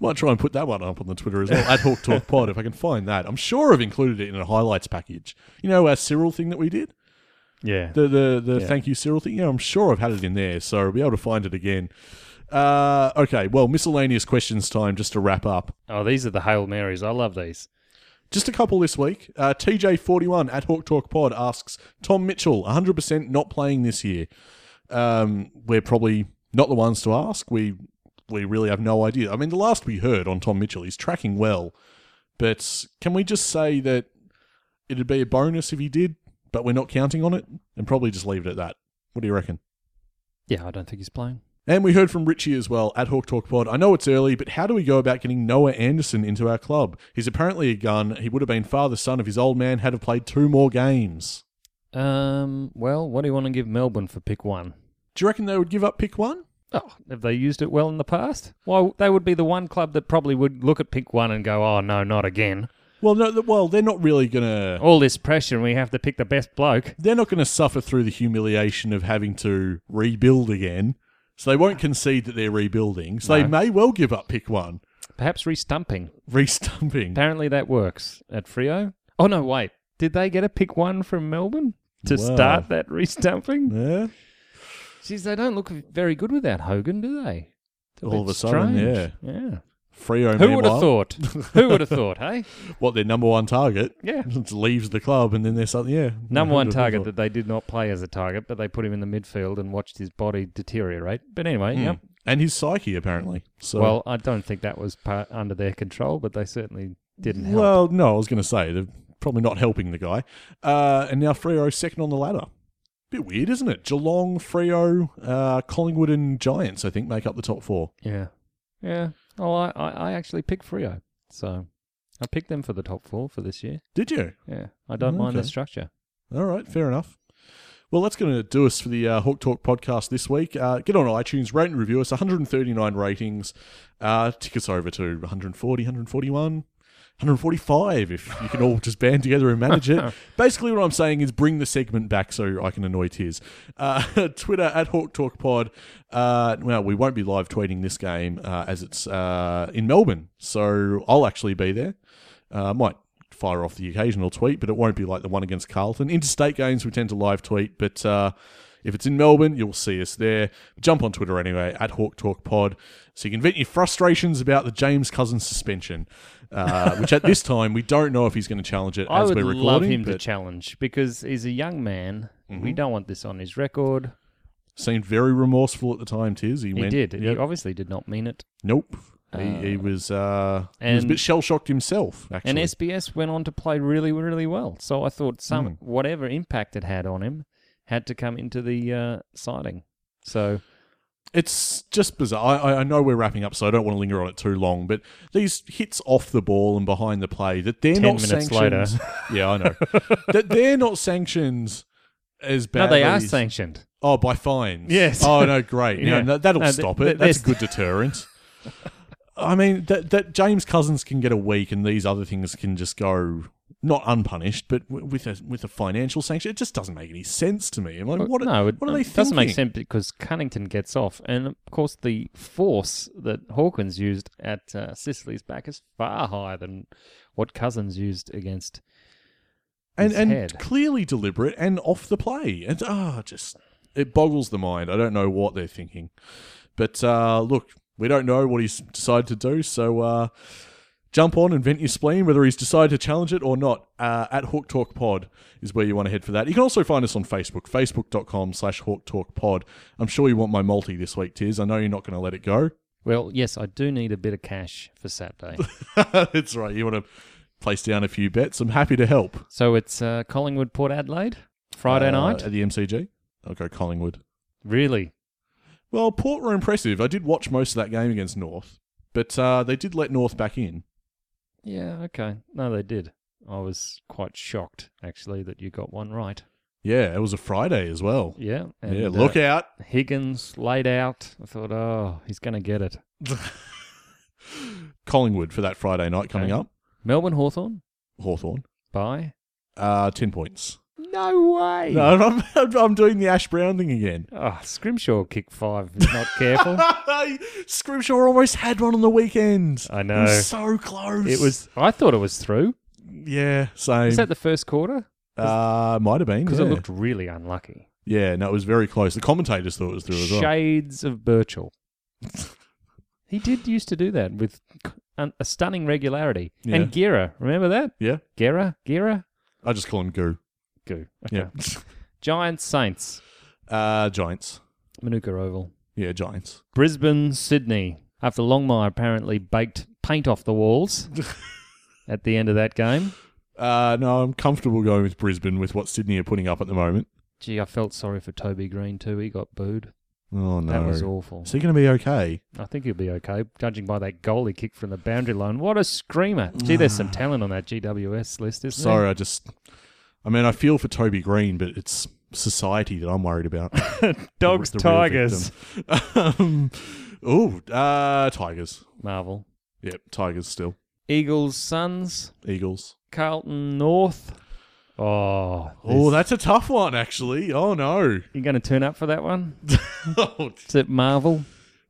Speaker 4: Might try and put that one up on the Twitter as well. At Hawk Talk Pod, if I can find that. I'm sure I've included it in a highlights package. You know our Cyril thing that we did,
Speaker 5: Yeah.
Speaker 4: the the, the
Speaker 5: Yeah.
Speaker 4: thank you Cyril thing. Yeah, I'm sure I've had it in there, so I'll be able to find it again. Uh, okay, well, miscellaneous questions time just to wrap up.
Speaker 5: oh, these are the Hail Marys. I love these.
Speaker 4: Just a couple this week. Uh, TJ41 at Hawk Talk Pod asks Tom Mitchell, 100% not playing this year. Um, we're probably not the ones to ask. We we really have no idea. I mean, the last we heard on Tom Mitchell, he's tracking well, but can we just say that it'd be a bonus if he did, but we're not counting on it, and probably just leave it at that. What do you reckon?
Speaker 5: Yeah, I don't think he's playing.
Speaker 4: And we heard from Richie as well at Hawk Talk Pod. I know it's early, but how do we go about getting Noah Anderson into our club? He's apparently a gun. He would have been father son of his old man had have played two more games.
Speaker 5: Um, well, what do you want to give Melbourne for pick one?
Speaker 4: Do you reckon they would give up pick one?
Speaker 5: Oh, have they used it well in the past? Why they would be the one club that probably would look at pick one and go, "Oh no, not again."
Speaker 4: Well, no. th- Well, they're not really gonna.
Speaker 5: All this pressure, and we have to pick the best bloke.
Speaker 4: They're not gonna suffer through the humiliation of having to rebuild again. So they won't concede that they're rebuilding. So they
Speaker 5: No.
Speaker 4: may well give up pick one, *laughs*
Speaker 5: Perhaps restumping.
Speaker 4: restumping.
Speaker 5: Apparently that works at Frio. Oh no, wait. Did they get a pick one from Melbourne to
Speaker 4: Wow.
Speaker 5: start that restumping?
Speaker 4: Yeah.
Speaker 5: Jeez, they don't look very good without Hogan, do they? It's
Speaker 4: All of
Speaker 5: bit
Speaker 4: a sudden,
Speaker 5: strange. Yeah.
Speaker 4: Frio.
Speaker 5: Who would have thought? Who would have
Speaker 4: *laughs*
Speaker 5: thought, hey?
Speaker 4: What their number one target?
Speaker 5: Yeah.
Speaker 4: *laughs* leaves the club, and then they're something. Yeah.
Speaker 5: Number one
Speaker 4: Who'd have
Speaker 5: target
Speaker 4: thought?
Speaker 5: that they did not play as a target, but they put him in the midfield and watched his body deteriorate. But
Speaker 4: Hmm.
Speaker 5: anyway, yep.
Speaker 4: and his psyche apparently. So
Speaker 5: Well, I don't think that was part under their control, but they certainly didn't help.
Speaker 4: well, no, I was going to say they're probably not helping the guy. Uh, and now Freo second on the ladder. Bit weird, isn't it? Geelong, Freo, uh, Collingwood, and Giants, I think, make up the top four.
Speaker 5: yeah. Yeah. Well, I, I, I actually picked Frio. So I picked them for the top four for this year.
Speaker 4: Did you?
Speaker 5: Yeah, I don't mind the
Speaker 4: Okay.
Speaker 5: structure.
Speaker 4: All right, fair enough. Well, that's going to do us for the uh, Hawk Talk podcast this week. Uh, get on iTunes, rate and review us. 139 ratings. Uh, tick us over to 140, 141, 145 if you can all just band together and manage it. Basically, what I'm saying is bring the segment back so I can annoy Tiz. Uh, *laughs* Twitter at Hawk Talk Pod. Uh, well, we won't be live tweeting this game uh, as it's uh, in Melbourne, so I'll actually be there. Uh, I might fire off the occasional tweet, but it won't be like the one against Carlton. Interstate games, we tend to live tweet, but uh, if it's in Melbourne, you'll see us there. Jump on Twitter anyway, at Hawk Talk Pod, so you can vent your frustrations about the James Cousins suspension, uh, *laughs* which at this time, we don't know if he's going to challenge it
Speaker 5: I
Speaker 4: as
Speaker 5: would
Speaker 4: we're recording.
Speaker 5: love him to
Speaker 4: but Mm-hmm.
Speaker 5: challenge because he's a young man. We don't want this on his record.
Speaker 4: seemed very remorseful at the time, Tiz. He,
Speaker 5: He
Speaker 4: went,
Speaker 5: did. He Oh.
Speaker 4: Yep.
Speaker 5: obviously did not mean it.
Speaker 4: nope. he, he was uh, he was a
Speaker 5: and-
Speaker 4: bit shell shocked himself. Actually,
Speaker 5: And SBS went on to play really, really well. So I thought some
Speaker 4: Mm.
Speaker 5: whatever impact it had on him had to come into the uh, siding. So
Speaker 4: It's just bizarre. I, I- I know we're wrapping up, so I don't want to linger on it too long. But these hits off the ball and behind the play that they're
Speaker 5: 10
Speaker 4: not
Speaker 5: minutes
Speaker 4: sanctioned. *laughs* yeah, I know that they're not sanctioned as
Speaker 5: no,
Speaker 4: bad.
Speaker 5: they are sanctioned.
Speaker 4: Oh, by fines.
Speaker 5: Yes.
Speaker 4: Oh no,
Speaker 5: *laughs*
Speaker 4: great. yeah.
Speaker 5: Yeah.
Speaker 4: no, that'll
Speaker 5: No, th-
Speaker 4: stop
Speaker 5: th-
Speaker 4: it. That's a
Speaker 5: there's-
Speaker 4: good deterrent. I mean that that James Cousins can get a week, and these other things can just go not unpunished, but w- with a with a financial sanction, it just doesn't make any sense to me. I'm like, what?
Speaker 5: no, it
Speaker 4: what are they thinking?
Speaker 5: doesn't make sense because Cunnington gets off, and of course the force that Hawkins used at uh, Sicily's back is far higher than what Cousins used against.
Speaker 4: and
Speaker 5: his
Speaker 4: and
Speaker 5: head.
Speaker 4: clearly deliberate and off the play. And ah, just it boggles the mind. I don't know what they're thinking, but uh, look, we don't know what he's decided to do. So uh, jump on and vent your spleen, whether he's decided to challenge it or not. Uh, at Hawk Talk Pod is where you want to head for that. You can also find us on Facebook, facebook.com/slash Hawk Talk Pod. I'm sure you want my multi this week, Tiz. I know you're not going to let it go. *laughs*
Speaker 5: Well, yes, I do need a bit of cash for Saturday.
Speaker 4: That's right. You want to place down a few bets. I'm happy to help.
Speaker 5: so it's uh, Collingwood Port Adelaide Friday
Speaker 4: Uh,
Speaker 5: night.
Speaker 4: at the MCG. I'll go Collingwood.
Speaker 5: Really?
Speaker 4: Well, Port were impressive. I did watch most of that game against North, but uh, they did let North back in.
Speaker 5: Yeah. Okay. No, they did. I was quite shocked actually that you got one right.
Speaker 4: Yeah, it was a Friday as well.
Speaker 5: Yeah. And,
Speaker 4: yeah, look
Speaker 5: uh,
Speaker 4: out.
Speaker 5: Higgins laid out. I thought, oh, he's going to get it.
Speaker 4: Collingwood for that Friday night coming
Speaker 5: Okay.
Speaker 4: up.
Speaker 5: Melbourne Hawthorn
Speaker 4: Hawthorn,
Speaker 5: by
Speaker 4: Uh, 10 points.
Speaker 5: no way.
Speaker 4: No, I'm, *laughs* I'm, I'm doing the Ash Brown thing again. *laughs*
Speaker 5: Oh, Scrimshaw kicked five. if Not careful.
Speaker 4: Scrimshaw almost had one on the weekend.
Speaker 5: I
Speaker 4: It
Speaker 5: know.
Speaker 4: was so close.
Speaker 5: it was. I thought it was through.
Speaker 4: Yeah, same.
Speaker 5: Is that the first quarter?
Speaker 4: uh, might have been.
Speaker 5: Because
Speaker 4: yeah.
Speaker 5: it looked really unlucky.
Speaker 4: Yeah, no, it was very close. The commentators thought it was through as well.
Speaker 5: Shades of Birchall. *laughs* he did used to do that with c- un- a stunning regularity. And Gira, remember that?
Speaker 4: Yeah,
Speaker 5: Gira, Gira,
Speaker 4: I just call him Goo.
Speaker 5: goo. Okay.
Speaker 4: Yeah.
Speaker 5: Giants, Saints,
Speaker 4: uh, Giants.
Speaker 5: Manuka Oval,
Speaker 4: Yeah, Giants.
Speaker 5: Brisbane, Sydney. After Longmire apparently baked paint off
Speaker 4: *laughs*
Speaker 5: the walls at the end of that game.
Speaker 4: Uh, no, I'm comfortable going with Brisbane with what Sydney are putting up at the moment.
Speaker 5: Gee, I felt sorry for Toby Green too. He got booed.
Speaker 4: Oh no,
Speaker 5: That was awful.
Speaker 4: Is he going to be okay?
Speaker 5: I think he'll be okay, judging by that goal he kicked from the boundary line. What a screamer! Gee, there's
Speaker 4: *sighs*
Speaker 5: some talent on that GWS list, isn't there?
Speaker 4: Sorry, I just. I mean, I feel for Toby Green, but it's society that I'm worried about.
Speaker 5: *laughs*
Speaker 4: *laughs*
Speaker 5: Dogs,
Speaker 4: The real
Speaker 5: Tigers.
Speaker 4: victim. *laughs* um, oh, uh, Tigers.
Speaker 5: Marvel.
Speaker 4: Yep, Tigers still.
Speaker 5: Eagles, Suns,
Speaker 4: Eagles.
Speaker 5: Carlton, North. Oh,
Speaker 4: Oh,
Speaker 5: this-
Speaker 4: that's a tough one, actually. Oh
Speaker 5: *laughs*
Speaker 4: no.
Speaker 5: you're going to turn up for that one?
Speaker 4: Oh,
Speaker 5: Is it Marvel?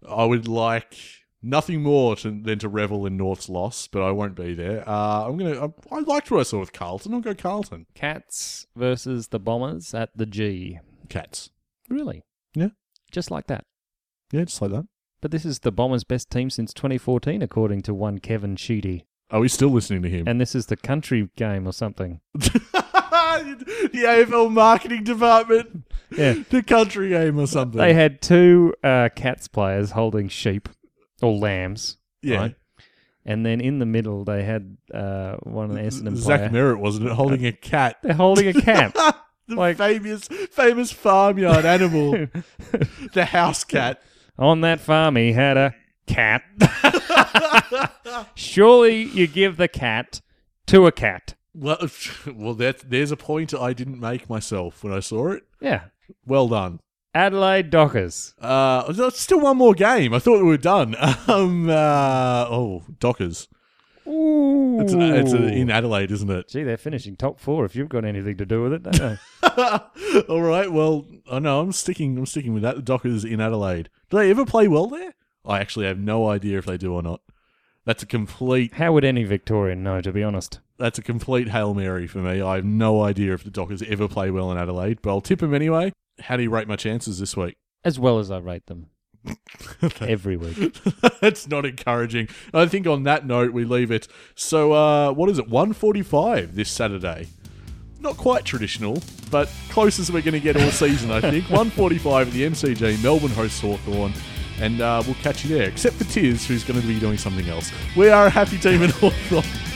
Speaker 4: I would like nothing more to, than to revel in North's loss, but I won't be there. Uh, I'm gonna. I, I liked what I saw with Carlton. I'll go Carlton.
Speaker 5: Cats versus the Bombers at the G.
Speaker 4: Cats.
Speaker 5: Really?
Speaker 4: Yeah.
Speaker 5: Just like that.
Speaker 4: Yeah, just like that.
Speaker 5: But this is the Bombers' best team since 2014, according to one Kevin Sheedy.
Speaker 4: Are we still listening to him?
Speaker 5: And this is the country game or something.
Speaker 4: *laughs* the AFL marketing department,
Speaker 5: Yeah.
Speaker 4: *laughs* the country game or something.
Speaker 5: They had two uh, Cats players holding sheep or lambs.
Speaker 4: yeah.
Speaker 5: right? And then in the middle, they had uh, one of the Essendon player.
Speaker 4: Zach Merritt wasn't it holding a cat?
Speaker 5: They're holding a cat.
Speaker 4: the
Speaker 5: Like-
Speaker 4: famous, famous farmyard
Speaker 5: *laughs*
Speaker 4: animal, the house cat.
Speaker 5: On that farm, he had a cat. Surely you give the cat to a cat.
Speaker 4: Well, *laughs* well, that there's a point I didn't make myself when I saw it.
Speaker 5: Yeah.
Speaker 4: Well done.
Speaker 5: Adelaide Dockers.
Speaker 4: Uh, there's still one more game. I thought we were done. *laughs* Um, uh, oh, Dockers.
Speaker 5: Ooh.
Speaker 4: It's, an, it's an, in Adelaide, isn't it?
Speaker 5: Gee, they're finishing top four if you've got anything to do with it, don't they?
Speaker 4: *laughs* All right. Well, I know I'm sticking. I'm sticking with that. The Dockers in Adelaide. Do they ever play well there? I actually have no idea if they do or not. That's a complete.
Speaker 5: How would any Victorian know, to be honest?
Speaker 4: That's a complete hail mary for me. I have no idea if the Dockers ever play well in Adelaide, but I'll tip them anyway. How do you rate my chances this week?
Speaker 5: As well as I rate them every week.
Speaker 4: *laughs* That's not encouraging. I think on that note, we leave it. So, uh, what is it? 145 this Saturday. Not quite traditional, but closest we're going to get all season, I think. 145 at the MCG. Melbourne hosts Hawthorn, And uh, we'll catch you there, except for Tiz, who's going to be doing something else. We are a happy team in Hawthorn.